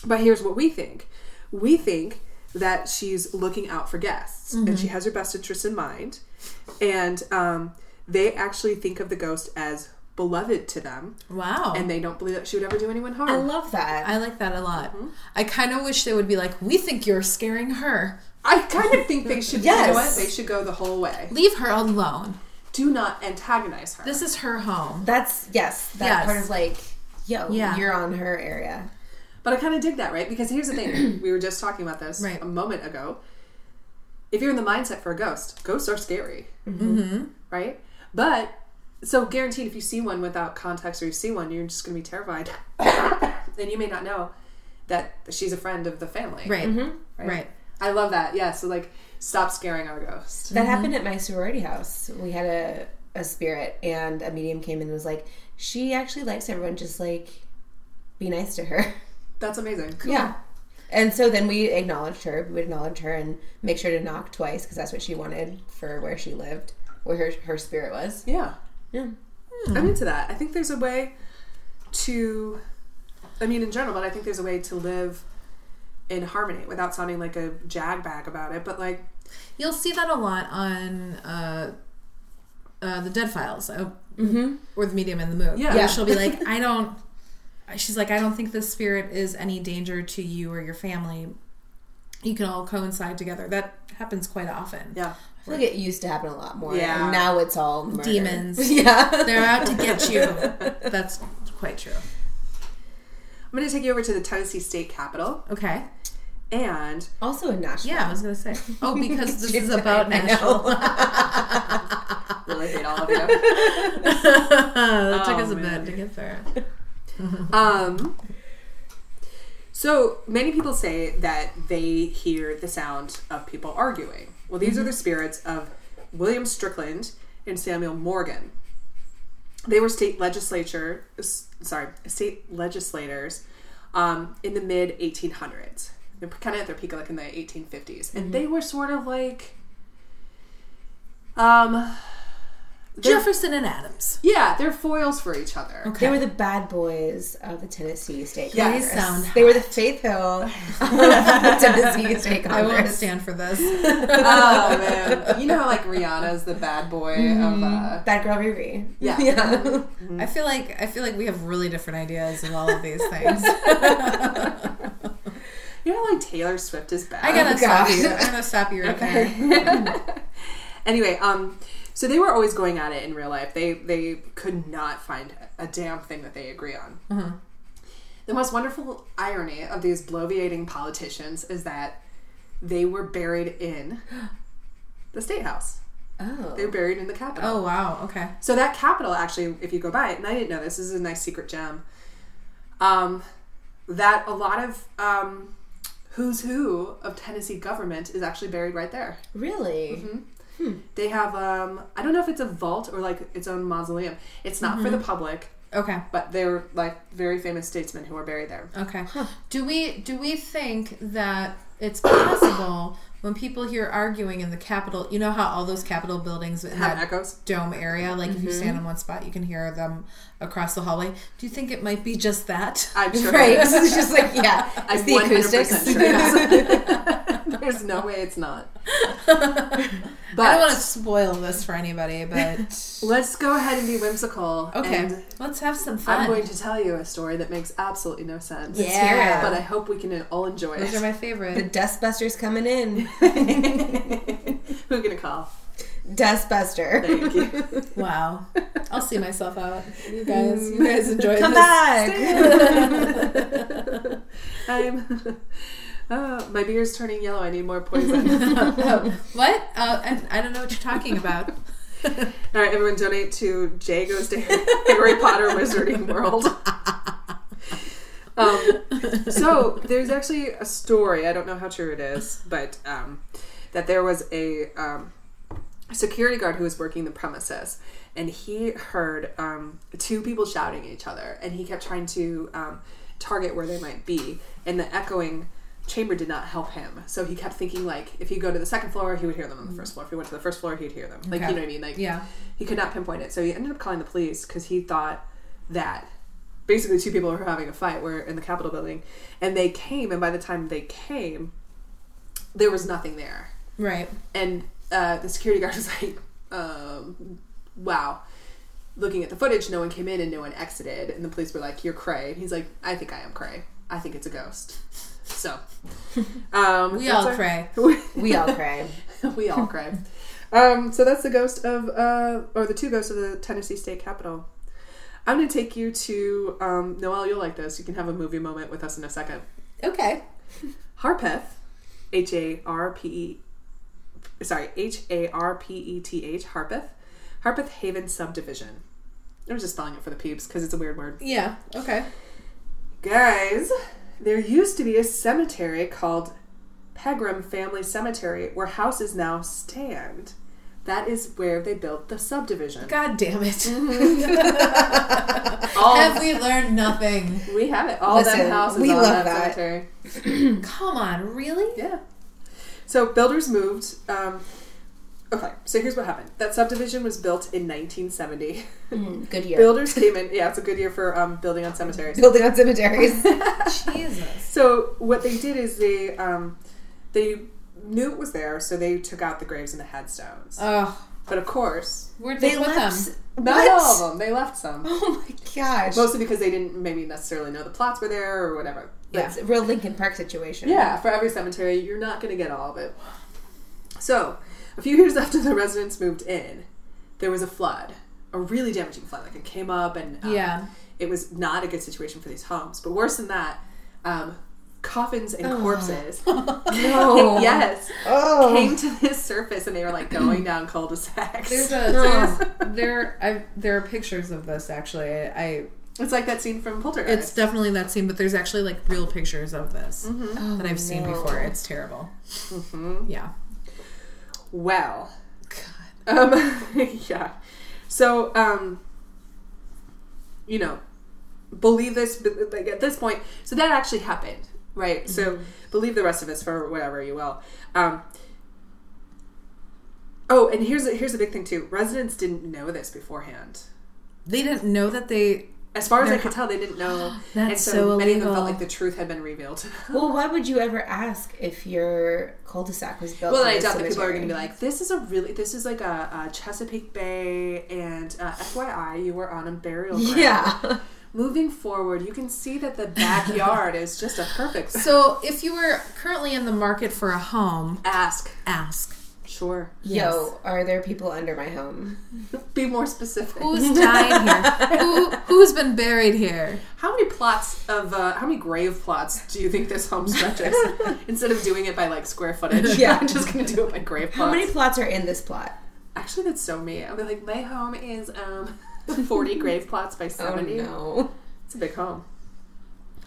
[SPEAKER 1] But here's what we think we think that she's looking out for guests and she has her best interests in mind. And um, they actually think of the ghost as beloved to them
[SPEAKER 2] wow.
[SPEAKER 1] and they don't believe that she would ever do anyone harm.
[SPEAKER 3] I love that.
[SPEAKER 2] I like that a lot. I kind of wish they would be like, we think you're scaring her.
[SPEAKER 1] I kind of think they should. You know what?
[SPEAKER 3] Yes.
[SPEAKER 1] They should go the whole way.
[SPEAKER 2] Leave her alone.
[SPEAKER 1] Do not antagonize her.
[SPEAKER 2] This is her home.
[SPEAKER 3] That's yes. That
[SPEAKER 2] Yes.
[SPEAKER 3] part of like, yo,
[SPEAKER 2] Yeah.
[SPEAKER 3] you're on her area.
[SPEAKER 1] but I kind of dig that, right? Because here's the thing: we were just talking about this
[SPEAKER 2] Right.
[SPEAKER 1] a moment ago. If you're in the mindset for a ghost, ghosts are scary, mm-hmm. right? But so guaranteed, if you see one without context or you see one, you're just going to be terrified, and you may not know that she's a friend of the family. Right.
[SPEAKER 2] Right. Mm-hmm. Right.
[SPEAKER 1] I love that. Yeah. So like, stop scaring our ghost.
[SPEAKER 2] Mm-hmm.
[SPEAKER 3] That happened at my sorority house. We had a a spirit, and a medium came in and was like, she actually likes everyone. Just like, be nice to her.
[SPEAKER 1] That's amazing.
[SPEAKER 3] Yeah. And so then we acknowledged her. We would acknowledge her and make sure to knock twice because that's what she wanted for where she lived, where her, her spirit was.
[SPEAKER 1] Yeah.
[SPEAKER 3] Yeah.
[SPEAKER 1] I'm into that. I think there's a way to, I mean, in general, but I think there's a way to live in harmony without sounding like a jag bag about it. But like,
[SPEAKER 2] You'll see that a lot on uh, uh, the Dead Files, uh, or the Medium and the Move.
[SPEAKER 1] Yeah.
[SPEAKER 2] Where
[SPEAKER 1] Yeah.
[SPEAKER 2] she'll be like, I don't. She's like, I don't think this spirit is any danger to you or your family. You can all coincide together. That happens quite often.
[SPEAKER 1] yeah,
[SPEAKER 3] I feel like it used to happen a lot more.
[SPEAKER 1] Yeah.
[SPEAKER 3] And now it's all murder.
[SPEAKER 2] Demons.
[SPEAKER 3] yeah.
[SPEAKER 2] They're out to get you. That's quite true.
[SPEAKER 1] I'm going to take you over to the Tennessee State Capitol.
[SPEAKER 2] Okay.
[SPEAKER 1] And
[SPEAKER 3] Also in Nashville.
[SPEAKER 2] Yeah, I was gonna say. Oh, because this is about
[SPEAKER 3] I
[SPEAKER 2] Nashville.
[SPEAKER 3] know.
[SPEAKER 1] really hate all of you.
[SPEAKER 2] that took
[SPEAKER 1] Oh,
[SPEAKER 2] us a
[SPEAKER 1] man.
[SPEAKER 2] bit to get there.
[SPEAKER 1] Um, so many people say that they hear the sound of people arguing. Well, these are the spirits of William Strickland and Samuel Morgan. they were state legislature s- sorry state legislators um, in the mid 1800s they're kind of at their peak like in the 1850s and they were sort of like um they're-
[SPEAKER 2] Jefferson and Adams.
[SPEAKER 1] yeah they're foils for each other
[SPEAKER 3] They were the bad boys of the Tennessee State
[SPEAKER 1] Yeah, they
[SPEAKER 3] Congress.
[SPEAKER 2] sound
[SPEAKER 3] they were the faithful of the Tennessee State
[SPEAKER 2] I won't
[SPEAKER 3] Congress.
[SPEAKER 2] stand for this.
[SPEAKER 1] oh man you know how, like rihanna's the bad boy of uh
[SPEAKER 3] Bad girl Riri.
[SPEAKER 1] Yeah.
[SPEAKER 3] Mm-hmm. yeah.
[SPEAKER 2] I feel like I feel like we have really different ideas of all of these things.
[SPEAKER 1] you know how, like taylor swift is bad
[SPEAKER 2] I gotta
[SPEAKER 3] Oh,
[SPEAKER 2] stop
[SPEAKER 3] God.
[SPEAKER 2] you. I'm gonna stop you right there.
[SPEAKER 1] anyway, um, so they were always going at it in real life. They they could not find a damn thing that they agree on. The most wonderful irony of these bloviating politicians is that they were buried in the state house.
[SPEAKER 3] Oh.
[SPEAKER 1] They were buried in the Capitol.
[SPEAKER 2] Oh wow. Okay.
[SPEAKER 1] So that capital, actually, if you go by it, and I didn't know this, this is a nice secret gem. Um, that a lot of um, who's who of Tennessee government is actually buried right there.
[SPEAKER 3] Really?
[SPEAKER 1] Mm-hmm. They have um I don't know if it's a vault or like its own mausoleum. It's not for the
[SPEAKER 3] Mm-hmm.
[SPEAKER 1] public,
[SPEAKER 2] Okay.
[SPEAKER 1] but they're like very famous statesmen who are buried there.
[SPEAKER 2] Okay. Do we do we think that it's possible when people hear arguing in the Capitol? You know how all those Capitol buildings in
[SPEAKER 1] Have
[SPEAKER 2] that
[SPEAKER 1] echoes.
[SPEAKER 2] dome area, like if you stand in one spot, you can hear them across the hallway. Do you think it might be just that?
[SPEAKER 1] I'm sure.
[SPEAKER 3] Right.
[SPEAKER 1] it's-
[SPEAKER 3] it's just like, yeah. It's
[SPEAKER 1] I'm
[SPEAKER 3] the
[SPEAKER 1] 100%
[SPEAKER 3] acoustics.
[SPEAKER 1] sure it's- There's no way it's not.
[SPEAKER 2] I don't want
[SPEAKER 1] But
[SPEAKER 2] to spoil this for anybody, but
[SPEAKER 1] let's go ahead and be whimsical.
[SPEAKER 2] okay,
[SPEAKER 1] And
[SPEAKER 2] let's have some
[SPEAKER 1] I'm
[SPEAKER 2] fun.
[SPEAKER 1] going to tell you a story that makes absolutely no sense.
[SPEAKER 3] Yeah.
[SPEAKER 1] But I hope we can all enjoy
[SPEAKER 2] Those are
[SPEAKER 1] it.
[SPEAKER 2] my
[SPEAKER 3] The
[SPEAKER 2] favorite.
[SPEAKER 3] dustbusters coming in.
[SPEAKER 1] Who are you gonna call?
[SPEAKER 3] Dustbuster.
[SPEAKER 1] Thank you.
[SPEAKER 2] Wow. I'll see myself out. You guys, you guys enjoy
[SPEAKER 3] Come
[SPEAKER 2] this.
[SPEAKER 3] back.
[SPEAKER 1] I'm. Oh, my beer's turning yellow. I need more poison.
[SPEAKER 2] what? Uh, I, I don't know what you're talking about.
[SPEAKER 1] All right, everyone, donate to Jay Goes to Harry Potter Wizarding World. um, so there's actually a story. I don't know how true it is, but um, that there was a um, security guard who was working the premises, and he heard um, two people shouting at each other, and he kept trying to um, target where they might be, and the echoing chamber did not help him. So he kept thinking like, if he go to the second floor, he would hear them on the first floor. If he went to the first floor, he'd hear them. Like
[SPEAKER 2] Mm. Okay.
[SPEAKER 1] you know what I mean? Like
[SPEAKER 2] Yeah.
[SPEAKER 1] he could not pinpoint it. So he ended up calling the police because he thought that basically two people were having a fight were in the Capitol building, and they came. And by the time they came, there was nothing there.
[SPEAKER 2] Right.
[SPEAKER 1] And uh, the security guard was like, um, "Wow." Looking at the footage, no one came in and no one exited. And the police were like, "You're Cray." And he's like, "I think I am Cray. I think it's a ghost." So um,
[SPEAKER 2] We
[SPEAKER 1] that's
[SPEAKER 2] all
[SPEAKER 1] our-
[SPEAKER 2] cray.
[SPEAKER 3] we all cry.
[SPEAKER 1] we all cry. Um, so that's the ghost of, uh, or the two ghosts of the Tennessee State Capitol. I'm going to take you to, um, Noelle, you'll like this. You can have a movie moment with us in a second.
[SPEAKER 2] Okay.
[SPEAKER 1] Harpeth, H A R P E, sorry, H A R P E T H, Harpeth, Harpeth Haven Subdivision. I was just spelling it for the peeps because it's a weird word.
[SPEAKER 2] Yeah. Okay.
[SPEAKER 1] Guys, there used to be a cemetery called Pegram Family Cemetery where houses now stand. That is where they built the subdivision.
[SPEAKER 2] God damn it.
[SPEAKER 1] All-
[SPEAKER 2] Have we learned nothing?
[SPEAKER 1] We have it. All
[SPEAKER 3] Listen,
[SPEAKER 1] them houses
[SPEAKER 3] we
[SPEAKER 1] on
[SPEAKER 3] love
[SPEAKER 1] that,
[SPEAKER 3] that.
[SPEAKER 1] cemetery.
[SPEAKER 2] Come on, really?
[SPEAKER 1] Yeah. So builders moved. Um, okay, so here's what happened. That subdivision was built in 1970.
[SPEAKER 3] Mm, Good year.
[SPEAKER 1] builders came in. Yeah, it's a good year for um, building on cemeteries.
[SPEAKER 3] Building on cemeteries.
[SPEAKER 2] Jesus.
[SPEAKER 1] So what they did is they um, they knew it was there, so they took out the graves and the headstones.
[SPEAKER 2] Oh,
[SPEAKER 1] But of course,
[SPEAKER 2] where'd they,
[SPEAKER 3] they
[SPEAKER 2] put
[SPEAKER 3] left.
[SPEAKER 2] them?
[SPEAKER 1] not
[SPEAKER 3] What?
[SPEAKER 1] all of them. They left some,
[SPEAKER 3] Oh my gosh.
[SPEAKER 1] mostly because they didn't maybe necessarily know the plots were there or whatever.
[SPEAKER 3] That's a real Lincoln Park situation.
[SPEAKER 1] Yeah, for every cemetery, you're not going to get all of it. So, a few years after the residents moved in, there was a flood, a really damaging flood. Like it came up, and um,
[SPEAKER 2] Yeah.
[SPEAKER 1] it was not a good situation for these homes. But worse than that, um, coffins and corpses.
[SPEAKER 3] No.
[SPEAKER 1] yes.
[SPEAKER 3] Oh.
[SPEAKER 1] Came to this surface and they were like going down cul-de-sacs.
[SPEAKER 2] There's a there's, there I there are pictures of this actually. I
[SPEAKER 1] it's like that scene from Poltergeist.
[SPEAKER 2] it's definitely that scene, but there's actually like real pictures of this that I've seen
[SPEAKER 3] no.
[SPEAKER 2] before. It's terrible. Yeah.
[SPEAKER 1] well,
[SPEAKER 2] Mm-hmm. God.
[SPEAKER 1] Um, yeah. So, um, you know, believe this. but, Like at this point, so that actually happened, right? So
[SPEAKER 2] Mm-hmm.
[SPEAKER 1] believe the rest of us for whatever you will. Um, oh, and here's a, here's a big thing too. Residents didn't know this beforehand.
[SPEAKER 2] They didn't know that they
[SPEAKER 1] As far as I
[SPEAKER 2] They're-
[SPEAKER 1] could tell, they didn't know.
[SPEAKER 2] That's
[SPEAKER 1] and so,
[SPEAKER 2] so
[SPEAKER 1] many of them
[SPEAKER 2] illegal.
[SPEAKER 1] felt like the truth had been revealed.
[SPEAKER 3] Well, why would you ever ask if your cul-de-sac was built?
[SPEAKER 1] Well,
[SPEAKER 3] on
[SPEAKER 1] then I
[SPEAKER 3] a
[SPEAKER 1] doubt that people are
[SPEAKER 3] cemetery?
[SPEAKER 1] going to be like, this is a really, this is like a, a Chesapeake Bay, and uh, FYI, you were on a burial ground.
[SPEAKER 3] Yeah.
[SPEAKER 1] Moving forward, you can see that the backyard is just a perfect
[SPEAKER 2] So if you were currently in the market for a home,
[SPEAKER 1] ask.
[SPEAKER 2] ask.
[SPEAKER 1] Sure.
[SPEAKER 3] Yo, are there people under my home?
[SPEAKER 1] Be more specific.
[SPEAKER 2] Who's dying here? Who who's been buried here?
[SPEAKER 1] How many plots of, uh, how many grave plots do you think this home stretches? Instead of doing it by like square footage,
[SPEAKER 3] Yeah.
[SPEAKER 1] I'm just going to do it by grave plots.
[SPEAKER 3] How many plots are in this plot?
[SPEAKER 1] Actually, that's so me. I'll be like, my home is um, 40 grave plots by 70.
[SPEAKER 3] no.
[SPEAKER 1] It's a big home.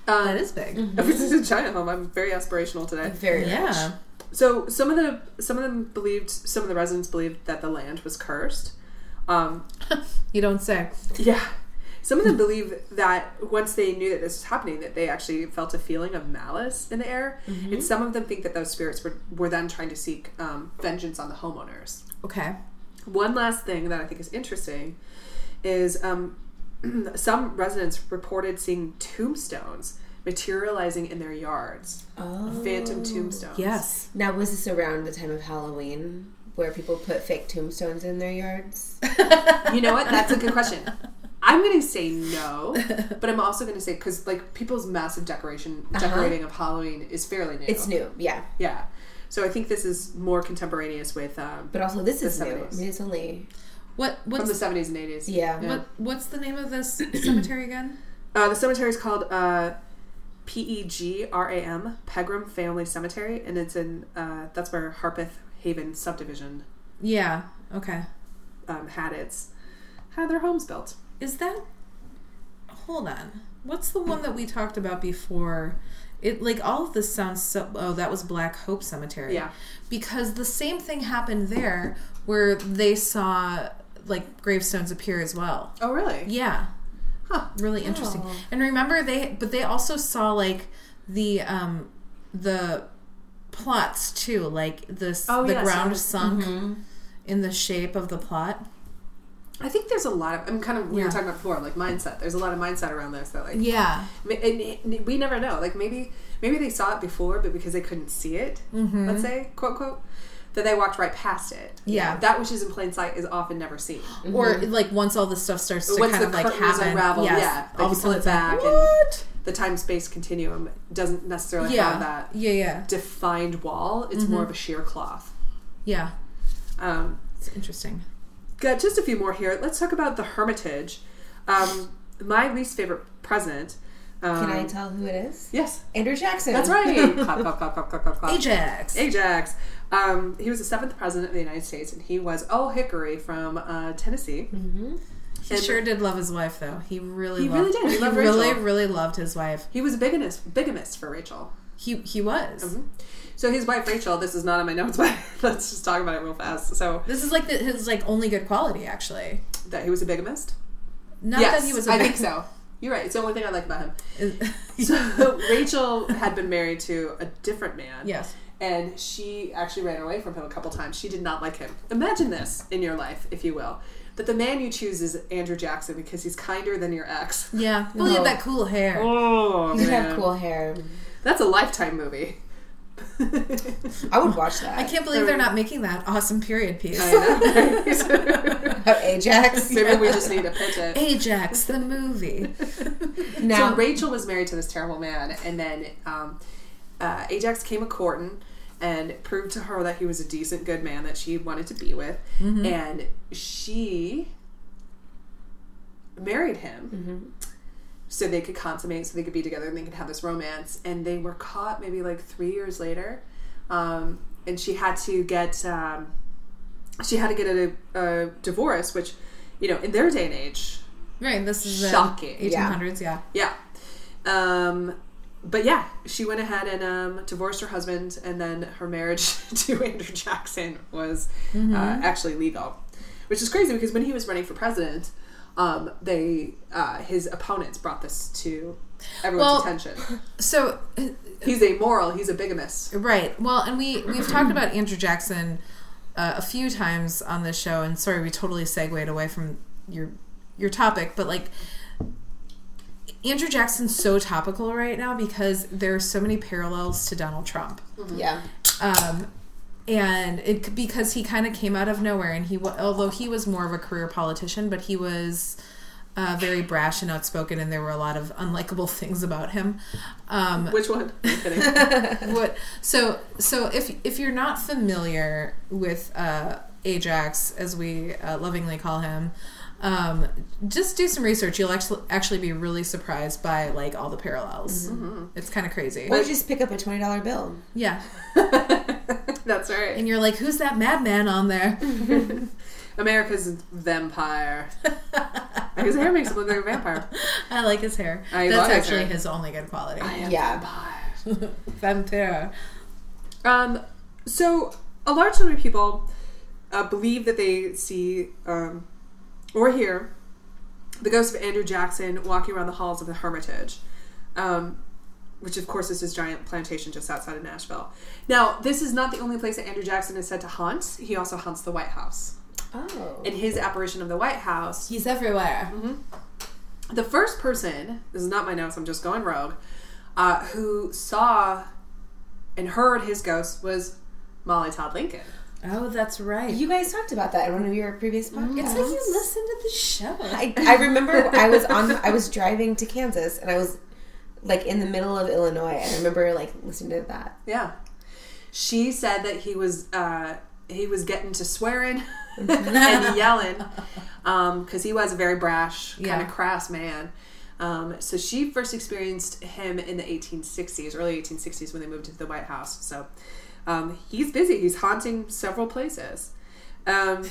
[SPEAKER 1] Um,
[SPEAKER 2] That is big.
[SPEAKER 1] This is a giant home. I'm very aspirational today.
[SPEAKER 3] Very
[SPEAKER 2] Mm-hmm. Yeah.
[SPEAKER 1] So some of the some of them believed some of the residents believed that the land was cursed. Um,
[SPEAKER 2] You don't say.
[SPEAKER 1] Yeah. Some of them believe that once they knew that this was happening, that they actually felt a feeling of malice in the air. And some of them think that those spirits were, were then trying to seek um, vengeance on the homeowners.
[SPEAKER 2] Okay.
[SPEAKER 1] One last thing that I think is interesting is um, some residents reported seeing tombstones materializing in their yards,
[SPEAKER 3] Oh.
[SPEAKER 1] phantom tombstones.
[SPEAKER 2] Yes.
[SPEAKER 3] Now, was this around the time of Halloween where people put fake tombstones in their yards?
[SPEAKER 1] You know what? That's a good question. I'm gonna say no, but I'm also gonna say because like people's massive decoration decorating of Halloween is fairly new.
[SPEAKER 3] It's new, yeah.
[SPEAKER 1] yeah. So I think this is more contemporaneous with um,
[SPEAKER 3] But also, this
[SPEAKER 1] The
[SPEAKER 3] is new. I
[SPEAKER 1] 70s.
[SPEAKER 3] mean, it's only
[SPEAKER 2] What
[SPEAKER 1] from
[SPEAKER 2] what's
[SPEAKER 1] the seventies and eighties.
[SPEAKER 3] yeah.
[SPEAKER 1] Yeah.
[SPEAKER 2] what what's the name of this cemetery again?
[SPEAKER 1] Uh, the cemetery is called uh, P E G R A M Pegram Family Cemetery, and it's in uh, that's where Harpeth Haven subdivision
[SPEAKER 2] Yeah. Okay.
[SPEAKER 1] um, had its had their homes built.
[SPEAKER 2] Is that? Hold on. What's the one that we talked about before? It like all of this sounds so. Oh, that was Black Hope Cemetery.
[SPEAKER 1] Yeah.
[SPEAKER 2] Because the same thing happened there, where they saw like gravestones appear as well.
[SPEAKER 1] Oh, really?
[SPEAKER 2] Yeah.
[SPEAKER 1] Huh.
[SPEAKER 2] Really interesting.
[SPEAKER 1] Oh.
[SPEAKER 2] And remember they but they also saw like the um the plots too, like this
[SPEAKER 1] Oh,
[SPEAKER 2] the
[SPEAKER 1] yes. Mm-hmm.
[SPEAKER 2] ground sunk in the shape of the plot.
[SPEAKER 1] I think there's a lot of I'm kind of we
[SPEAKER 2] Yeah.
[SPEAKER 1] were talking about before like mindset. There's a lot of mindset around this that like
[SPEAKER 2] Yeah.
[SPEAKER 1] ma- and, and we never know. Like maybe maybe they saw it before, but because they couldn't see it, let's say quote quote. That they walked right past it.
[SPEAKER 2] Yeah.
[SPEAKER 1] that which is in plain sight is often never seen.
[SPEAKER 2] Or like once all this stuff starts to
[SPEAKER 1] Mm-hmm. Once
[SPEAKER 2] kind
[SPEAKER 1] the
[SPEAKER 2] of like
[SPEAKER 1] curtains
[SPEAKER 2] happen.
[SPEAKER 1] unravel,
[SPEAKER 2] yes,
[SPEAKER 1] yeah, they
[SPEAKER 2] all of a
[SPEAKER 1] can pull
[SPEAKER 2] sudden
[SPEAKER 1] it
[SPEAKER 2] it's like,
[SPEAKER 1] back and-
[SPEAKER 2] what?
[SPEAKER 1] The time space continuum doesn't necessarily
[SPEAKER 2] yeah.
[SPEAKER 1] have that
[SPEAKER 2] Yeah, yeah.
[SPEAKER 1] defined wall. It's more of a sheer cloth.
[SPEAKER 2] Yeah.
[SPEAKER 1] Um,
[SPEAKER 2] It's interesting.
[SPEAKER 1] got just a few more here. Let's talk about the Hermitage. Um, my least favorite present. Um,
[SPEAKER 3] Can I tell who it is?
[SPEAKER 1] Yes,
[SPEAKER 3] Andrew Jackson.
[SPEAKER 1] that's right. clap, clap, clap, clap, clap, clap, clap.
[SPEAKER 2] Ajax.
[SPEAKER 1] Ajax. Um, he was the seventh president of the United States, and he was Oh Hickory from uh, Tennessee.
[SPEAKER 2] Mm-hmm. He sure did love his wife though. He really
[SPEAKER 1] He
[SPEAKER 2] loved
[SPEAKER 1] really did. He loved
[SPEAKER 2] really,
[SPEAKER 1] Rachel.
[SPEAKER 2] really loved his wife.
[SPEAKER 1] He was a bigamist, bigamist for Rachel.
[SPEAKER 2] He he was.
[SPEAKER 1] Mm-hmm. So his wife Rachel. This is not on my notes, but let's just talk about it real fast. So
[SPEAKER 2] This is like the, his like only good quality, actually.
[SPEAKER 1] that he was a bigamist.
[SPEAKER 2] Not
[SPEAKER 1] yes,
[SPEAKER 2] that he was. a
[SPEAKER 1] I
[SPEAKER 2] bad-
[SPEAKER 1] think so. You're right. It's the only thing I like about him. So Rachel had been married to a different man.
[SPEAKER 2] yes.
[SPEAKER 1] And she actually ran away from him a couple times. She did not like him. Imagine this in your life, if you will, that the man you choose is Andrew Jackson because he's kinder than your ex.
[SPEAKER 2] Yeah. Well, he had that cool hair.
[SPEAKER 1] Oh,
[SPEAKER 3] You have cool hair.
[SPEAKER 1] That's a lifetime movie.
[SPEAKER 3] I would watch that.
[SPEAKER 2] I can't believe they're not making that awesome period piece.
[SPEAKER 3] About Oh, Ajax.
[SPEAKER 1] Maybe we just need to pitch it.
[SPEAKER 2] Ajax the movie.
[SPEAKER 3] now,
[SPEAKER 1] So Rachel was married to this terrible man, and then um, uh, Ajax came a courting and proved to her that he was a decent, good man that she wanted to be with, and she married him so they could consummate, so they could be together, and they could have this romance. And they were caught maybe like three years later, um, and she had to get um, she had to get a, a divorce, which you know in their day and age
[SPEAKER 2] right. This is the
[SPEAKER 1] Shocking,
[SPEAKER 2] Eighteen
[SPEAKER 3] yeah.
[SPEAKER 2] hundreds. Yeah.
[SPEAKER 1] yeah. Um, but yeah, she went ahead and um, divorced her husband, and then her marriage to Andrew Jackson was uh, actually legal, which is crazy because when he was running for president, um, they uh, his opponents brought this to everyone's
[SPEAKER 2] Well-
[SPEAKER 1] attention.
[SPEAKER 2] So uh,
[SPEAKER 1] He's amoral. He's a bigamist.
[SPEAKER 2] right. Well, and we we've talked about Andrew Jackson uh, a few times on this show, and sorry we totally segued away from your your topic, but like. Andrew Jackson's so topical right now because there are so many parallels to Donald Trump.
[SPEAKER 3] yeah.
[SPEAKER 2] um, and it because he kind of came out of nowhere and he wa- although he was more of a career politician but he was uh, very brash and outspoken and there were a lot of unlikable things about him um,
[SPEAKER 1] Which one? I'm kidding.
[SPEAKER 2] what so so if if you're not familiar with uh, ajax as we uh, lovingly call him um, just do some research you'll actually actually be really surprised by like all the parallels it's kind of crazy
[SPEAKER 3] Or just pick up a twenty dollar bill.
[SPEAKER 2] yeah
[SPEAKER 1] That's right.
[SPEAKER 2] and you're like who's that madman on there
[SPEAKER 1] America's vampire. His hair makes him look like a vampire.
[SPEAKER 2] I like his hair.
[SPEAKER 1] I
[SPEAKER 2] That's
[SPEAKER 1] love his
[SPEAKER 2] actually
[SPEAKER 1] hair.
[SPEAKER 2] his only good quality.
[SPEAKER 3] Yeah.
[SPEAKER 1] Vampire.
[SPEAKER 2] Vampire.
[SPEAKER 1] Um, so a large number of people uh, believe that they see um, or hear the ghost of Andrew Jackson walking around the halls of the Hermitage, um, which of course is his giant plantation just outside of Nashville. Now, this is not the only place that Andrew Jackson is said to haunt. He also haunts the White House.
[SPEAKER 3] Oh.
[SPEAKER 1] In his apparition of the White House,
[SPEAKER 2] He's everywhere.
[SPEAKER 1] the first person this is not my notes i'm just going rogue uh, who saw and heard his ghost was molly todd lincoln
[SPEAKER 2] Oh, that's right.
[SPEAKER 3] You guys talked about that in one of your previous podcasts.
[SPEAKER 2] it's like you listen to the show.
[SPEAKER 3] I, I remember I was on I was driving to Kansas and I was like in the middle of Illinois and I remember like listening to that.
[SPEAKER 1] yeah She said that he was uh, he was getting to swearing and yelling because he was a very brash, kind
[SPEAKER 2] Yeah.
[SPEAKER 1] of crass man. Um, so she first experienced him in the 1860s, early 1860s, when they moved to the White House. So um, he's busy. He's haunting several places. Um,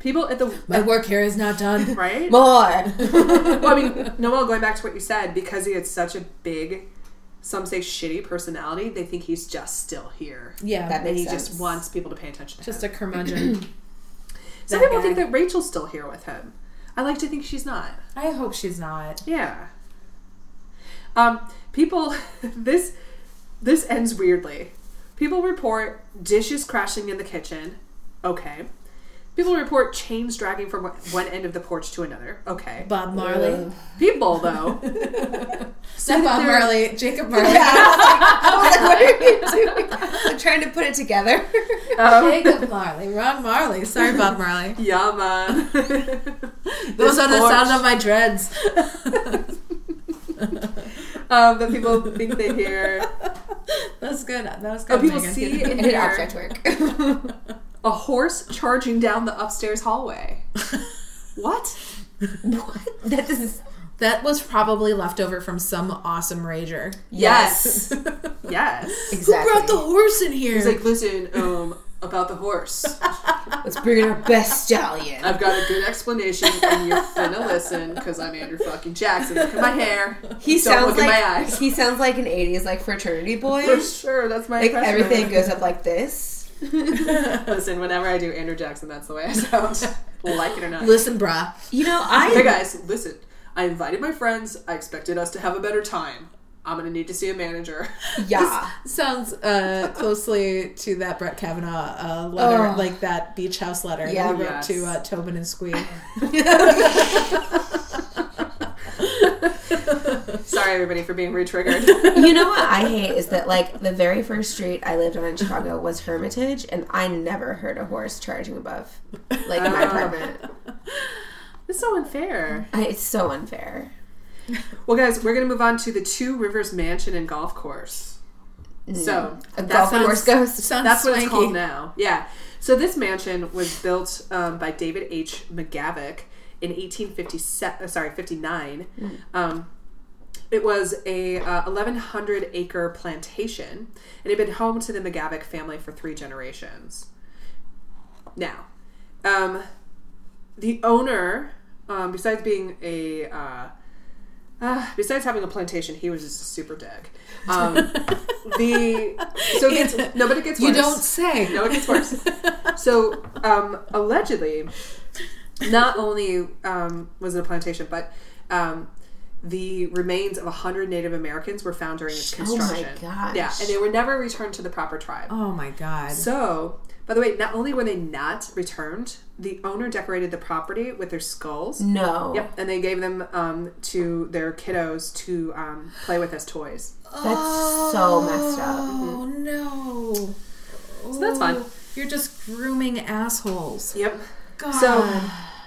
[SPEAKER 1] people at the
[SPEAKER 2] My work here is not done.
[SPEAKER 1] right
[SPEAKER 3] More.
[SPEAKER 1] well, I mean, Noel, going back to what you said, because he had such a big, some say shitty personality, they think he's just still here.
[SPEAKER 2] Yeah,
[SPEAKER 3] That
[SPEAKER 1] And
[SPEAKER 3] makes
[SPEAKER 1] he
[SPEAKER 3] sense.
[SPEAKER 1] just wants people to pay attention to
[SPEAKER 2] just a
[SPEAKER 1] him.
[SPEAKER 2] curmudgeon.
[SPEAKER 1] Some
[SPEAKER 2] that
[SPEAKER 1] people think
[SPEAKER 2] guy.
[SPEAKER 1] that Rachel's still here with him. I like to think she's not.
[SPEAKER 2] I hope she's not.
[SPEAKER 1] Yeah. Um, people, this this ends weirdly. People report dishes crashing in the kitchen. Okay. People report chains dragging from one end of the porch to another. Okay.
[SPEAKER 2] Bob Marley.
[SPEAKER 3] Ugh.
[SPEAKER 1] People though
[SPEAKER 2] Not Bob
[SPEAKER 1] they're-
[SPEAKER 2] Marley. Jacob Marley.
[SPEAKER 3] I was like, what are you doing? I'm trying to put it together.
[SPEAKER 2] Jacob Marley. Ron Marley. Sorry, Bob Marley.
[SPEAKER 1] Yeah, man.
[SPEAKER 2] Those
[SPEAKER 1] This
[SPEAKER 2] are the
[SPEAKER 1] porch.
[SPEAKER 2] sound of my dreads.
[SPEAKER 1] um, that people think they hear.
[SPEAKER 2] That's good. That was
[SPEAKER 1] Oh,
[SPEAKER 2] good.
[SPEAKER 1] people
[SPEAKER 2] Megan.
[SPEAKER 1] see
[SPEAKER 3] I
[SPEAKER 1] and
[SPEAKER 3] did
[SPEAKER 1] hear
[SPEAKER 3] object work.
[SPEAKER 1] a horse charging down the upstairs hallway. What?
[SPEAKER 3] what? That is.
[SPEAKER 2] That was probably left over from some awesome rager.
[SPEAKER 1] Yes.
[SPEAKER 2] Who
[SPEAKER 1] Yes.
[SPEAKER 3] Exactly.
[SPEAKER 2] brought the horse in here?
[SPEAKER 1] He's like, listen, um, about the horse.
[SPEAKER 3] Let's bring in our best stallion.
[SPEAKER 1] I've got a good explanation, and you're finna listen because I'm Andrew fucking Jackson. Look at my hair.
[SPEAKER 3] He
[SPEAKER 1] Don't
[SPEAKER 3] sounds
[SPEAKER 1] look
[SPEAKER 3] like
[SPEAKER 1] at my eyes.
[SPEAKER 3] he sounds like an '80s like fraternity boy.
[SPEAKER 1] For sure, that's my
[SPEAKER 3] like
[SPEAKER 1] impression of
[SPEAKER 3] everything
[SPEAKER 1] him.
[SPEAKER 3] goes up like this.
[SPEAKER 1] Listen, whenever I do Andrew Jackson, that's the way I sound. like it or not.
[SPEAKER 2] Listen, brah.
[SPEAKER 3] You know,
[SPEAKER 1] Hey
[SPEAKER 3] I
[SPEAKER 1] guys, listen. I invited my friends. I expected us to have a better time. I'm gonna need to see a manager.
[SPEAKER 3] yeah.
[SPEAKER 2] Sounds uh, closely to that Brett Kavanaugh uh, letter,
[SPEAKER 3] Oh.
[SPEAKER 2] like that beach house letter
[SPEAKER 3] Yeah.
[SPEAKER 2] that he wrote
[SPEAKER 1] Yes.
[SPEAKER 2] to uh, Tobin and Squee.
[SPEAKER 1] Sorry, everybody, for being re-triggered.
[SPEAKER 3] You know what I hate is that like the very first street I lived on in Chicago was Hermitage, and I never heard a horse charging above like my
[SPEAKER 1] Oh.
[SPEAKER 3] apartment.
[SPEAKER 1] it's so unfair.
[SPEAKER 3] I, it's so unfair.
[SPEAKER 1] Well, guys, we're gonna move on to the Two Rivers Mansion and Golf Course. So
[SPEAKER 3] A
[SPEAKER 1] that
[SPEAKER 3] golf
[SPEAKER 1] sounds-
[SPEAKER 3] course ghost.
[SPEAKER 2] Sounds
[SPEAKER 1] That's what it's
[SPEAKER 2] swanky.
[SPEAKER 1] called now. Yeah. So this mansion was built um, by David H. McGavick in 1857. uh, Sorry, 59. Um, it was a uh, 1,100 acre plantation, and it had been home to the McGavick family for three generations. Now, um, the owner, um, besides being a uh, uh, besides having a plantation, he was just a super dick. Um, the so it gets, no, but it gets
[SPEAKER 2] You
[SPEAKER 1] worse.
[SPEAKER 2] don't say.
[SPEAKER 1] No, it gets worse. so, um, allegedly, not only um, was it a plantation, but um, the remains of 100 Native Americans were found during its
[SPEAKER 3] Oh my
[SPEAKER 1] construction.
[SPEAKER 3] gosh.
[SPEAKER 1] Yeah, and they were never returned to the proper tribe.
[SPEAKER 2] Oh my god.
[SPEAKER 1] So, by the way, not only were they not returned, the owner decorated the property with their skulls.
[SPEAKER 3] No.
[SPEAKER 1] Yep, and they gave them um, to their kiddos to um, play with as toys.
[SPEAKER 3] That's so messed up.
[SPEAKER 2] Oh no. So
[SPEAKER 1] that's fine.
[SPEAKER 3] Oh.
[SPEAKER 2] You're just grooming assholes.
[SPEAKER 1] Yep.
[SPEAKER 2] God.
[SPEAKER 1] So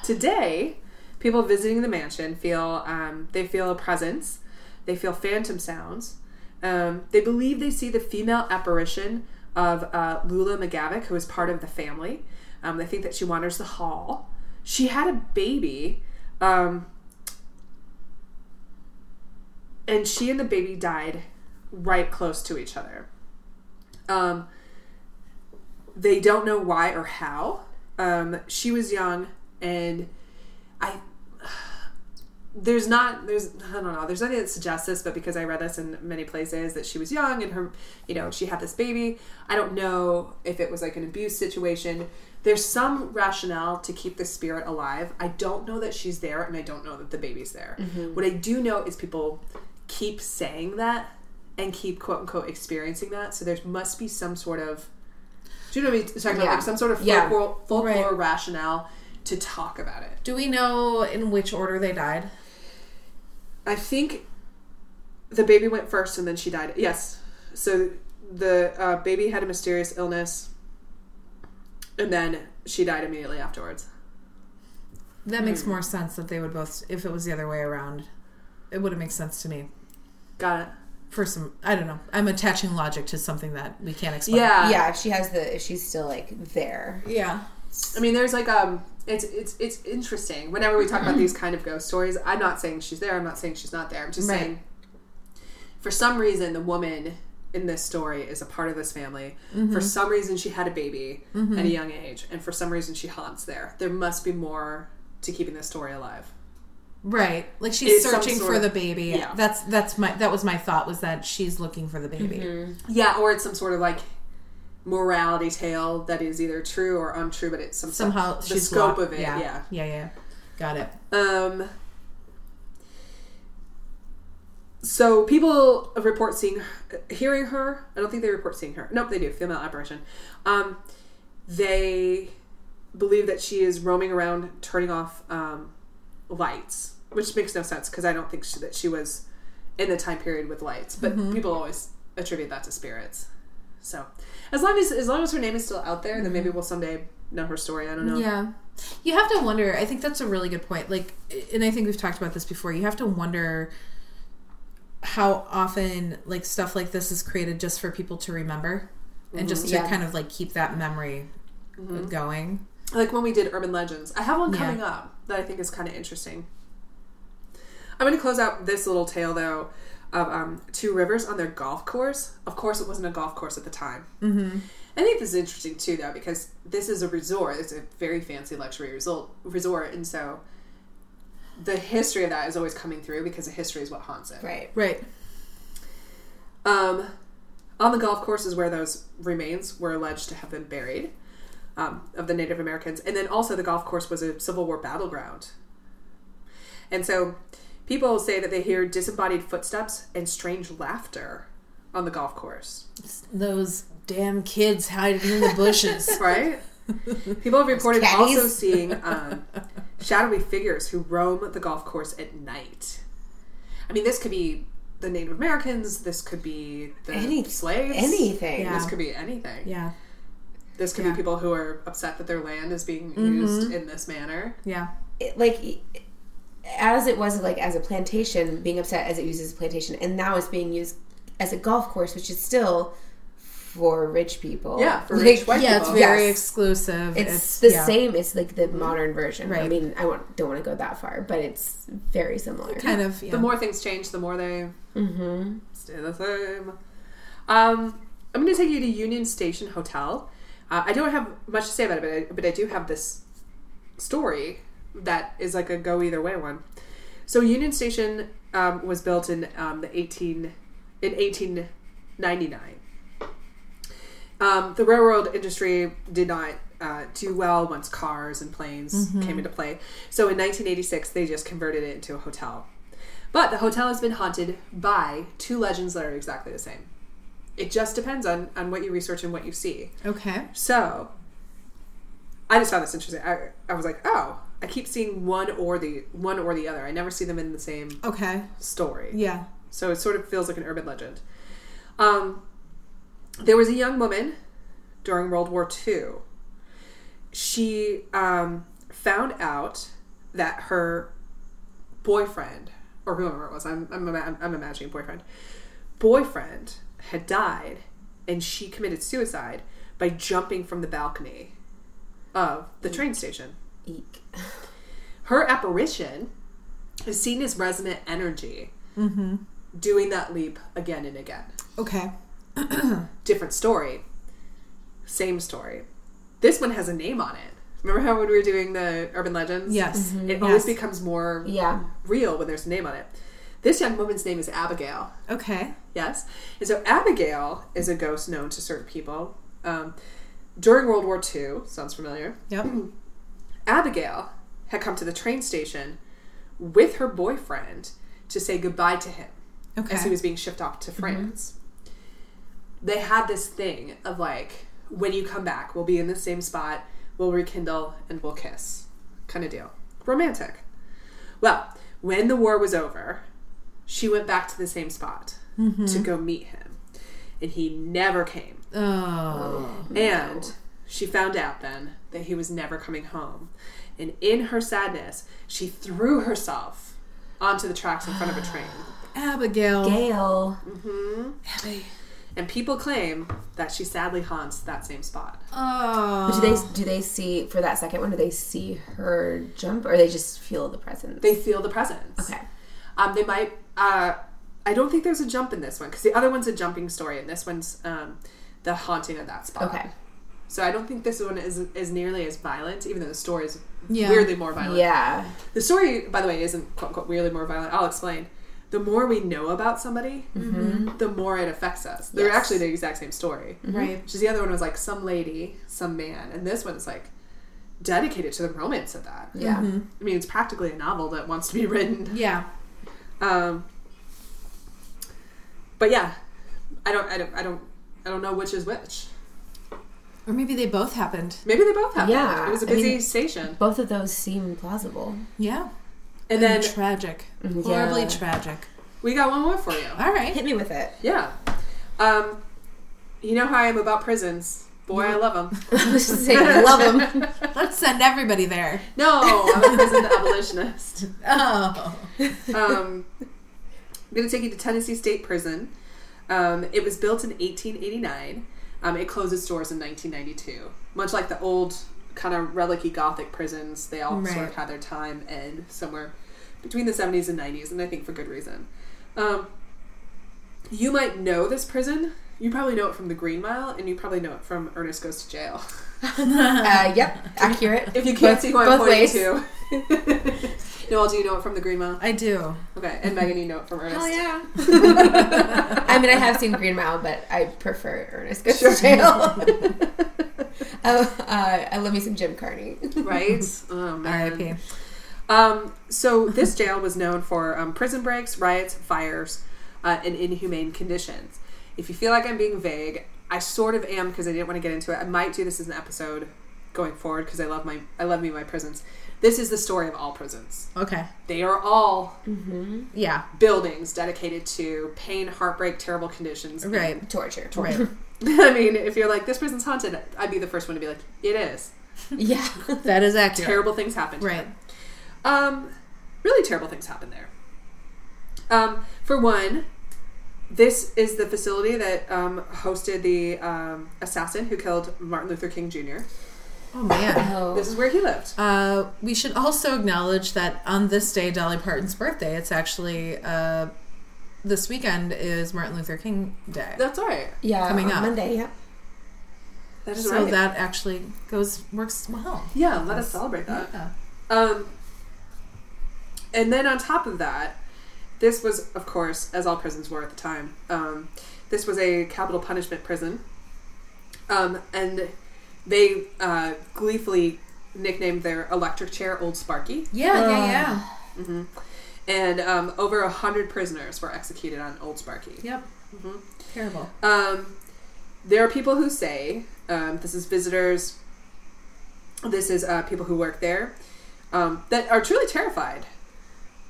[SPEAKER 1] today, people visiting the mansion feel um, they feel a presence, they feel phantom sounds. Um, they believe they see the female apparition of uh, Lula McGavick, who is part of the family. Um, they think that she wanders the hall. She had a baby, um, and she and the baby died right close to each other. Um, they don't know why or how. Um, she was young, and I there's not there's I don't know there's nothing that suggests this, but because I read this in many places that she was young and her you know she had this baby. I don't know if it was like an abuse situation. There's some rationale to keep the spirit alive. I don't know that she's there, and I don't know that the baby's there.
[SPEAKER 3] Mm-hmm.
[SPEAKER 1] What I do know is people keep saying that and keep quote unquote experiencing that. So there must be some sort of do you know what I'm talking about?
[SPEAKER 3] Yeah.
[SPEAKER 1] Like some sort of
[SPEAKER 3] Yeah.
[SPEAKER 1] folklore, folklore
[SPEAKER 2] Right.
[SPEAKER 1] rationale to talk about it.
[SPEAKER 2] do we know in which order they died?
[SPEAKER 1] I think the baby went first and then she died. Yes. So the uh, baby had a mysterious illness and then she died immediately afterwards.
[SPEAKER 2] That
[SPEAKER 1] Hmm.
[SPEAKER 2] makes more sense that they would both if it was the other way around. It would have made sense to me.
[SPEAKER 1] Got it.
[SPEAKER 2] for some I don't know. I'm attaching logic to something that we can't explain.
[SPEAKER 1] yeah.
[SPEAKER 3] yeah, if she has the, if she's still like there.
[SPEAKER 2] Yeah.
[SPEAKER 1] I mean, there's like um, it's it's it's interesting. Whenever we talk about these kind of ghost stories, I'm not saying she's there. I'm not saying she's not there. I'm just
[SPEAKER 2] Right.
[SPEAKER 1] saying, for some reason, the woman in this story is a part of this family.
[SPEAKER 2] Mm-hmm.
[SPEAKER 1] For some reason, she had a baby at a young age, and for some reason, she haunts there. There must be more to keeping this story alive.
[SPEAKER 2] Right. Like she's
[SPEAKER 1] It's some
[SPEAKER 2] searching
[SPEAKER 1] sort
[SPEAKER 2] for
[SPEAKER 1] of-
[SPEAKER 2] the baby.
[SPEAKER 1] yeah.
[SPEAKER 2] That's that's my that was my thought was that she's looking for the baby.
[SPEAKER 1] Mm-hmm. Yeah, or it's some sort of like morality tale that is either true or untrue, but it's some
[SPEAKER 2] Somehow
[SPEAKER 1] the
[SPEAKER 2] she's
[SPEAKER 1] scope
[SPEAKER 2] locked-
[SPEAKER 1] of it. yeah.
[SPEAKER 2] Yeah. Yeah, yeah. Got it.
[SPEAKER 1] Um, so people report seeing, hearing her. I don't think they report seeing her. Nope, they do. Female apparition. Um, they believe that she is roaming around, turning off um, lights, which makes no sense because I don't think she, that she was in the time period with lights. But people always attribute that to spirits. So as long as as long as her name is still out there, then maybe we'll someday know her story. I don't know.
[SPEAKER 2] Yeah. You have to wonder. I think that's a really good point. Like, and I think we've talked about this before. You have to wonder how often, like, stuff like this is created just for people to remember and just to
[SPEAKER 3] Yeah.
[SPEAKER 2] kind of, like, keep that memory going.
[SPEAKER 1] like when we did urban legends i have one
[SPEAKER 2] Yeah.
[SPEAKER 1] coming up that i think is kind of interesting i'm going to close out this little tale though of um, two rivers on their golf course of course it wasn't a golf course at the time mm-hmm. i think this is interesting too though because this is a resort it's a very fancy luxury resort resort and so the history of that is always coming through because the history is what haunts it
[SPEAKER 3] Right.
[SPEAKER 2] Right.
[SPEAKER 1] um, on the golf course is where those remains were alleged to have been buried um, of the Native Americans. And then also, the golf course was a Civil War battleground. And so, people say that they hear disembodied footsteps and strange laughter on the golf course,
[SPEAKER 2] Those damn kids hiding in the bushes.
[SPEAKER 1] right? people have reported
[SPEAKER 3] caddies.
[SPEAKER 1] also seeing um, shadowy figures who roam the golf course at night. I mean, this could be the Native Americans, this could be the
[SPEAKER 3] Any-
[SPEAKER 1] slaves.
[SPEAKER 3] Anything.
[SPEAKER 2] Yeah.
[SPEAKER 1] This could be anything.
[SPEAKER 2] yeah.
[SPEAKER 1] This could
[SPEAKER 2] Yeah. Mm-hmm.
[SPEAKER 1] be people who are upset that their land is being used in this manner.
[SPEAKER 2] Yeah.
[SPEAKER 3] It- like, e, as it was like as a plantation, being upset as it uses a plantation, and now it's being used as a golf course, which is still for rich people.
[SPEAKER 1] Yeah, for
[SPEAKER 3] Like,
[SPEAKER 1] rich white
[SPEAKER 2] Yeah, it's
[SPEAKER 1] people.
[SPEAKER 2] very
[SPEAKER 3] Yes.
[SPEAKER 2] exclusive.
[SPEAKER 3] It's, the
[SPEAKER 2] yeah.
[SPEAKER 3] same. It's like the modern version. I
[SPEAKER 2] Right.
[SPEAKER 3] mean, I won't, don't want to go that far, but it's very similar.
[SPEAKER 2] Kind of. Yeah. Mm-hmm.
[SPEAKER 1] The more things change, the more they stay the same. Um, I'm going to take you to Union Station Hotel. Uh, I don't have much to say about it, but I, but I do have this story that is like a go either way one. So Union Station um, was built in um, the 18 in 1899. Um, the railroad industry did not uh, do well once cars and planes came into play. So in 1986, they just converted it into a hotel. But the hotel has been haunted by two legends that are exactly the same. It just depends on, on what you research and what you see.
[SPEAKER 2] Okay.
[SPEAKER 1] So I just found this interesting. I, I was like, oh, I keep seeing one or the one or the other. I never see them in the same
[SPEAKER 2] Okay.
[SPEAKER 1] story.
[SPEAKER 2] Yeah.
[SPEAKER 1] So it sort of feels like an urban legend. Um, there was a young woman during World War II. She um, found out that her boyfriend, or whoever it was, I'm, I'm, ima- I'm imagining boyfriend, boyfriend had died and she committed suicide by jumping from the balcony of the train station.
[SPEAKER 3] Eek.
[SPEAKER 1] Her apparition is seen as resonant energy
[SPEAKER 2] Mm-hmm.
[SPEAKER 1] doing that leap again and again.
[SPEAKER 2] Okay.
[SPEAKER 1] Different story, same story. This one has a name on it. Remember how when we were doing the urban legends?
[SPEAKER 2] Yes.
[SPEAKER 1] It
[SPEAKER 2] Yes.
[SPEAKER 1] always becomes more
[SPEAKER 3] Yeah.
[SPEAKER 1] real when there's a name on it. This young woman's name is Abigail.
[SPEAKER 2] Okay.
[SPEAKER 1] Yes. And so Abigail is a ghost known to certain people. Um, during World War II, sounds familiar.
[SPEAKER 2] Yep.
[SPEAKER 1] Abigail had come to the train station with her boyfriend to say goodbye to him
[SPEAKER 2] Okay.
[SPEAKER 1] as he was being shipped off to France. They had this thing of like, when you come back, we'll be in the same spot, we'll rekindle, and we'll kiss kind of deal. Romantic. Well, when the war was over, she went back to the same spot to go meet him, and he never came.
[SPEAKER 2] Oh.
[SPEAKER 1] And she found out then that he was never coming home. And in her sadness, she threw herself onto the tracks in front of a train.
[SPEAKER 2] Abigail.
[SPEAKER 3] Gail.
[SPEAKER 2] Abby.
[SPEAKER 1] And people claim that she sadly haunts that same spot.
[SPEAKER 2] Oh.
[SPEAKER 3] Do they do they see for that second one? Do they see her jump, or they just feel the presence?
[SPEAKER 1] They feel the presence.
[SPEAKER 3] okay.
[SPEAKER 1] Um, they might. Uh, I don't think there's a jump in this one because the other one's a jumping story, and this one's um, the haunting of that spot.
[SPEAKER 3] Okay.
[SPEAKER 1] So I don't think this one is is nearly as violent, even though the story is
[SPEAKER 2] Yeah.
[SPEAKER 1] weirdly more violent.
[SPEAKER 3] Yeah.
[SPEAKER 1] The story, by the way, isn't quote unquote weirdly more violent. I'll explain. The more we know about somebody, the more it affects us. They're
[SPEAKER 3] Mm-hmm. Yes.
[SPEAKER 1] actually the exact same story.
[SPEAKER 2] Right.
[SPEAKER 1] Which is the other one was like some lady, some man, and this one is like dedicated to the romance of that.
[SPEAKER 3] Yeah.
[SPEAKER 1] I mean, it's practically a novel that wants to be written.
[SPEAKER 2] Yeah.
[SPEAKER 1] Um, but yeah, I don't, I don't, I don't, I don't know which is which.
[SPEAKER 2] Or maybe they both happened.
[SPEAKER 1] Maybe they both happened.
[SPEAKER 3] Yeah,
[SPEAKER 1] it was a
[SPEAKER 3] I mean-
[SPEAKER 1] busy station,
[SPEAKER 3] Both of those seem plausible.
[SPEAKER 2] Yeah.
[SPEAKER 1] and then Mm-hmm.
[SPEAKER 2] tragic.
[SPEAKER 3] Yeah.
[SPEAKER 2] Horribly tragic.
[SPEAKER 1] we got one more for you.
[SPEAKER 2] All right.
[SPEAKER 3] Hit me with it.
[SPEAKER 1] Yeah, um, you know how I am about prisons. Boy, I love them.
[SPEAKER 3] I was just saying, I love them.
[SPEAKER 2] Let's send everybody there.
[SPEAKER 1] No, I'm a prison abolitionist.
[SPEAKER 2] Oh.
[SPEAKER 1] Um, I'm going to take you to Tennessee State Prison. Um, it was built in 1889. Um, it closed its doors in 1992. Much like the old kind of relic Gothic prisons, they all sort
[SPEAKER 2] Right.
[SPEAKER 1] of had their time end somewhere between the 70s and 90s, and I think for good reason. Um, you might know this prison. You probably know it from The Green Mile, and you probably know it from Ernest Goes to Jail.
[SPEAKER 3] Uh, yep, accurate.
[SPEAKER 1] If you can't
[SPEAKER 3] Both-
[SPEAKER 1] see who I'm
[SPEAKER 3] both
[SPEAKER 1] pointing
[SPEAKER 3] ways.
[SPEAKER 1] to. Noel, do you know it from The Green Mile?
[SPEAKER 2] I do.
[SPEAKER 1] Okay, and Megan, you know it from Ernest.
[SPEAKER 3] Hell yeah. I mean, I have seen Green Mile, but I prefer Ernest Goes to Jail. oh, uh, I love me some Jim Carney.
[SPEAKER 1] right? Oh, man.
[SPEAKER 2] R.I.P.
[SPEAKER 1] Um, so this jail was known for um, prison breaks, riots, fires, uh, and inhumane conditions. If you feel like I'm being vague, I sort of am because I didn't want to get into it. I might do this as an episode going forward because I love my I love me my prisons. This is the story of all prisons.
[SPEAKER 2] Okay.
[SPEAKER 1] They are all
[SPEAKER 2] Yeah.
[SPEAKER 1] buildings dedicated to pain, heartbreak, terrible conditions. and
[SPEAKER 2] Right.
[SPEAKER 3] Torture.
[SPEAKER 2] Right.
[SPEAKER 1] I mean, if you're like this prison's haunted, I'd be the first one to be like, it is.
[SPEAKER 3] Yeah.
[SPEAKER 2] That is accurate.
[SPEAKER 1] Terrible things happen. to
[SPEAKER 2] Right.
[SPEAKER 1] um, really terrible things happen there. Um, for one, this is the facility that um, hosted the um, assassin who killed Martin Luther King Jr.
[SPEAKER 2] Oh man.
[SPEAKER 1] This
[SPEAKER 3] Oh.
[SPEAKER 1] is where he lived.
[SPEAKER 2] Uh, we should also acknowledge that on this day, Dolly Parton's birthday. It's actually uh, this weekend is Martin Luther King Day.
[SPEAKER 1] That's all right.
[SPEAKER 3] Yeah.
[SPEAKER 2] Coming
[SPEAKER 3] on
[SPEAKER 2] up.
[SPEAKER 3] Monday, yep.
[SPEAKER 1] That is
[SPEAKER 2] so
[SPEAKER 1] right.
[SPEAKER 2] that actually goes works well.
[SPEAKER 1] yeah, let us celebrate that.
[SPEAKER 2] Yeah.
[SPEAKER 1] Um, and then on top of that, this was, of course, as all prisons were at the time, um, this was a capital punishment prison. Um, and they uh, gleefully nicknamed their electric chair Old Sparky.
[SPEAKER 2] Yeah.
[SPEAKER 1] Uh,
[SPEAKER 2] Yeah. Yeah.
[SPEAKER 1] And um, over a 100 prisoners were executed on Old Sparky.
[SPEAKER 2] Yep. Mm-hmm. Terrible.
[SPEAKER 1] Um, there are people who say um, this is visitors, this is uh, people who work there um, that are truly terrified.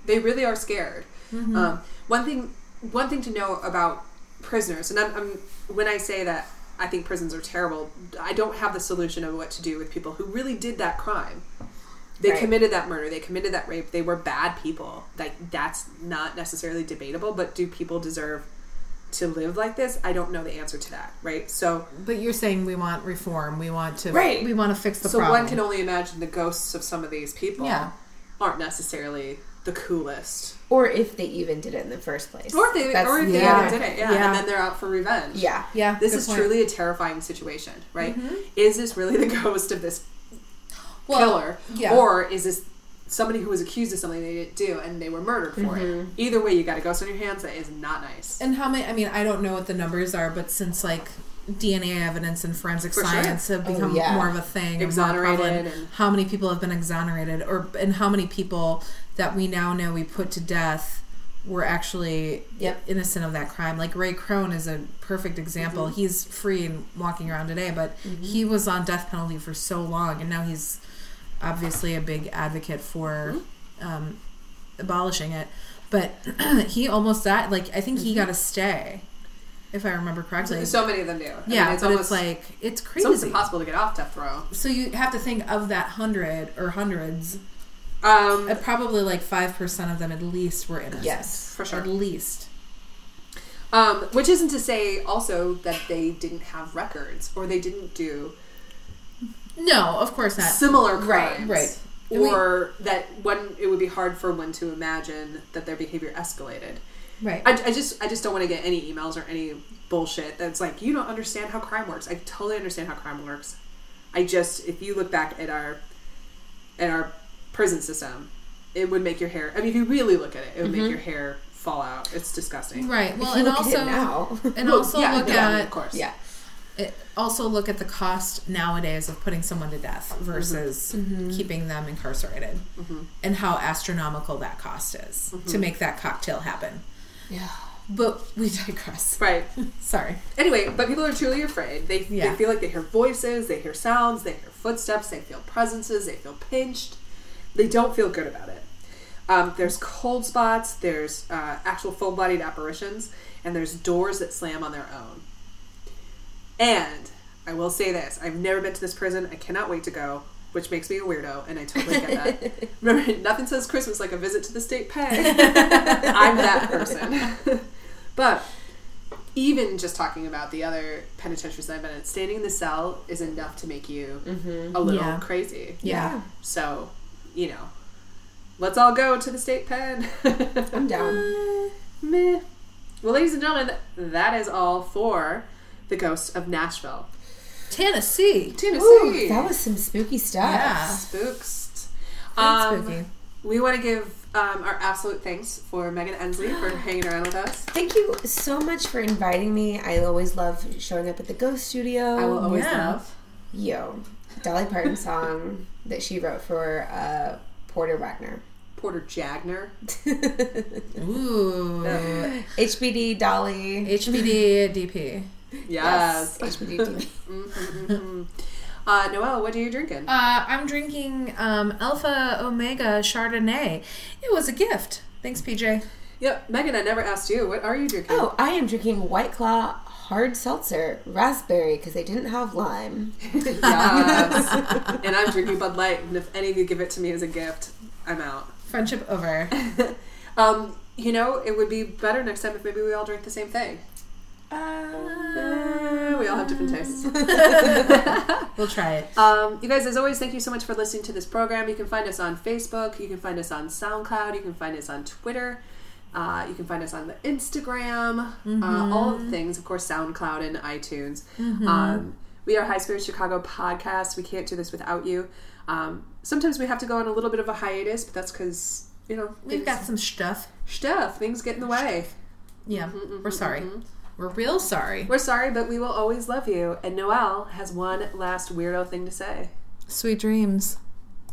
[SPEAKER 1] They really are scared. Um, one thing, one thing to know about prisoners, and I'm, I'm when I say that I think prisons are terrible, I don't have the solution of what to do with people who really did that crime. They
[SPEAKER 3] Right.
[SPEAKER 1] committed that murder. They committed that rape. They were bad people. Like that's not necessarily debatable. But do people deserve to live like this? I don't know the answer to that. Right. So,
[SPEAKER 2] But you're saying we want reform. We want to.
[SPEAKER 1] Right.
[SPEAKER 2] We want to fix the
[SPEAKER 1] so
[SPEAKER 2] problem.
[SPEAKER 1] one can only imagine the ghosts of some of these people
[SPEAKER 2] Yeah.
[SPEAKER 1] aren't necessarily the coolest,
[SPEAKER 3] Or if they even did it in the first place.
[SPEAKER 1] or if they,
[SPEAKER 3] That's-
[SPEAKER 1] or if
[SPEAKER 2] yeah.
[SPEAKER 1] they even did it, yeah,
[SPEAKER 2] Yeah.
[SPEAKER 1] and then they're out for revenge.
[SPEAKER 3] Yeah.
[SPEAKER 2] Yeah.
[SPEAKER 1] This
[SPEAKER 2] good
[SPEAKER 1] is
[SPEAKER 2] point. Mm-hmm.
[SPEAKER 1] truly a terrifying situation, right? Is this really the ghost of this
[SPEAKER 2] Well,
[SPEAKER 1] killer,
[SPEAKER 2] yeah.
[SPEAKER 1] or is this somebody who was accused of something they didn't do and they were murdered for
[SPEAKER 2] Mm-hmm.
[SPEAKER 1] it? Either way, you got a ghost on your hands. That is not nice.
[SPEAKER 2] And how many? I mean, I don't know what the numbers are, but since like DNA evidence and forensic
[SPEAKER 1] For sure. Oh,
[SPEAKER 2] science have become
[SPEAKER 3] yeah.
[SPEAKER 2] more of a thing, and more
[SPEAKER 1] Exonerated
[SPEAKER 2] prevalent,
[SPEAKER 1] and-
[SPEAKER 2] how many people have been exonerated, or and how many people that we now know we put to death were actually
[SPEAKER 3] Yep.
[SPEAKER 2] innocent of that crime. Like Ray Krohn is a perfect example.
[SPEAKER 1] Mm-hmm.
[SPEAKER 2] He's free and walking around today, but he was on death penalty for so long, and now he's obviously a big advocate
[SPEAKER 1] Mm-hmm.
[SPEAKER 2] for um, abolishing it. But he almost died. Like I think he got a stay, if I remember correctly.
[SPEAKER 1] Mm-hmm. so many of them do. I
[SPEAKER 2] yeah,
[SPEAKER 1] mean, it's
[SPEAKER 2] but
[SPEAKER 1] almost
[SPEAKER 2] it's like it's
[SPEAKER 1] it's almost
[SPEAKER 2] crazy.
[SPEAKER 1] impossible to get off death row.
[SPEAKER 2] so you have to think of that hundred or hundreds
[SPEAKER 1] Um,
[SPEAKER 2] Uh, probably like 5% of them at least were innocent.
[SPEAKER 3] Yes.
[SPEAKER 1] for sure.
[SPEAKER 2] At least.
[SPEAKER 1] Um, which isn't to say also that they didn't have records or they didn't do
[SPEAKER 2] No, of course not.
[SPEAKER 1] similar
[SPEAKER 2] Right,
[SPEAKER 1] crimes.
[SPEAKER 2] right. And we-
[SPEAKER 1] Or that one, it would be hard for one to imagine that their behavior escalated.
[SPEAKER 2] right.
[SPEAKER 1] I, I just, I just don't want to get any emails or any bullshit that's like, you don't understand how crime works. I totally understand how crime works. I just, if you look back at our, at our prison system, it would make your hair. I mean, if you really look at it, it would make your hair fall out. It's disgusting.
[SPEAKER 2] Mm-hmm. right. Well,
[SPEAKER 3] If
[SPEAKER 2] and
[SPEAKER 3] you look at it
[SPEAKER 2] also
[SPEAKER 3] now.
[SPEAKER 2] and
[SPEAKER 1] Well,
[SPEAKER 2] also
[SPEAKER 1] yeah,
[SPEAKER 2] look
[SPEAKER 1] yeah,
[SPEAKER 2] at
[SPEAKER 1] of course,
[SPEAKER 3] yeah.
[SPEAKER 2] it, also look at the cost nowadays of putting someone to death versus keeping them incarcerated and how astronomical that cost is to make that cocktail happen.
[SPEAKER 3] Yeah.
[SPEAKER 2] But we digress.
[SPEAKER 1] right.
[SPEAKER 2] Sorry.
[SPEAKER 1] Anyway, but people are truly afraid. They,
[SPEAKER 2] Yeah.
[SPEAKER 1] they feel like they hear voices, they hear sounds, they hear footsteps, they feel presences, they feel pinched. They don't feel good about it. Um, there's cold spots, there's uh, actual full bodied apparitions, and there's doors that slam on their own. And I will say this I've never been to this prison. I cannot wait to go, which makes me a weirdo, and I totally get that. Remember, nothing says Christmas like a visit to the state pen. I'm that person. but even just talking about the other penitentiaries that I've been in, standing in the cell is enough to make you
[SPEAKER 3] Mm-hmm.
[SPEAKER 1] a little
[SPEAKER 2] Yeah.
[SPEAKER 1] crazy.
[SPEAKER 2] Yeah.
[SPEAKER 1] So, you know, let's all go to the state pen.
[SPEAKER 3] I'm down.
[SPEAKER 1] Meh. Well, ladies and gentlemen, that is all for the ghost of Nashville,
[SPEAKER 2] Tennessee.
[SPEAKER 1] Tennessee.
[SPEAKER 3] Ooh, that was some spooky stuff.
[SPEAKER 2] Yeah.
[SPEAKER 1] spooks.
[SPEAKER 2] That's
[SPEAKER 1] Um,
[SPEAKER 2] spooky.
[SPEAKER 1] We want to give um, our absolute thanks for Megan Ensley for hanging around with us.
[SPEAKER 3] Thank you so much for inviting me. I always love showing up at the Ghost Studio.
[SPEAKER 1] I will always
[SPEAKER 2] yeah.
[SPEAKER 1] love.
[SPEAKER 3] Yo, Dolly Parton song that she wrote for uh, Porter Wagner.
[SPEAKER 1] Porter Jagner.
[SPEAKER 2] Ooh.
[SPEAKER 3] HBD Dolly.
[SPEAKER 2] HBD DP.
[SPEAKER 1] Yes.
[SPEAKER 3] HBD Dolly.
[SPEAKER 1] Uh, Noelle, what are you drinking?
[SPEAKER 2] Uh, I'm drinking um, Alpha Omega Chardonnay. It was a gift. Thanks, PJ.
[SPEAKER 1] yep, Megan, I never asked you. What are you drinking?
[SPEAKER 3] Oh, I am drinking White Claw hard seltzer, raspberry, because they didn't have lime.
[SPEAKER 1] yes. and I'm drinking Bud Light, and if any of you give it to me as a gift, I'm out.
[SPEAKER 2] Friendship over.
[SPEAKER 1] Um, you know, it would be better next time if maybe we all drink the same thing. Uh, we all have different tastes.
[SPEAKER 2] We'll try it.
[SPEAKER 1] Um, you guys, as always, thank you so much for listening to this program. You can find us on Facebook. You can find us on SoundCloud. You can find us on Twitter. Uh, you can find us on the Instagram.
[SPEAKER 2] Mm-hmm.
[SPEAKER 1] Uh, all of the things, of course, SoundCloud and iTunes. Um, we are High Spirits Chicago podcast. We can't do this without you. Um, sometimes we have to go on a little bit of a hiatus, but that's because you know
[SPEAKER 2] We've
[SPEAKER 1] things,
[SPEAKER 2] got some stuff.
[SPEAKER 1] stuff. Things get in the way.
[SPEAKER 2] Yeah, we're sorry. We're real sorry.
[SPEAKER 1] We're sorry, but we will always love you. And Noelle has one last weirdo thing to say.
[SPEAKER 2] Sweet dreams.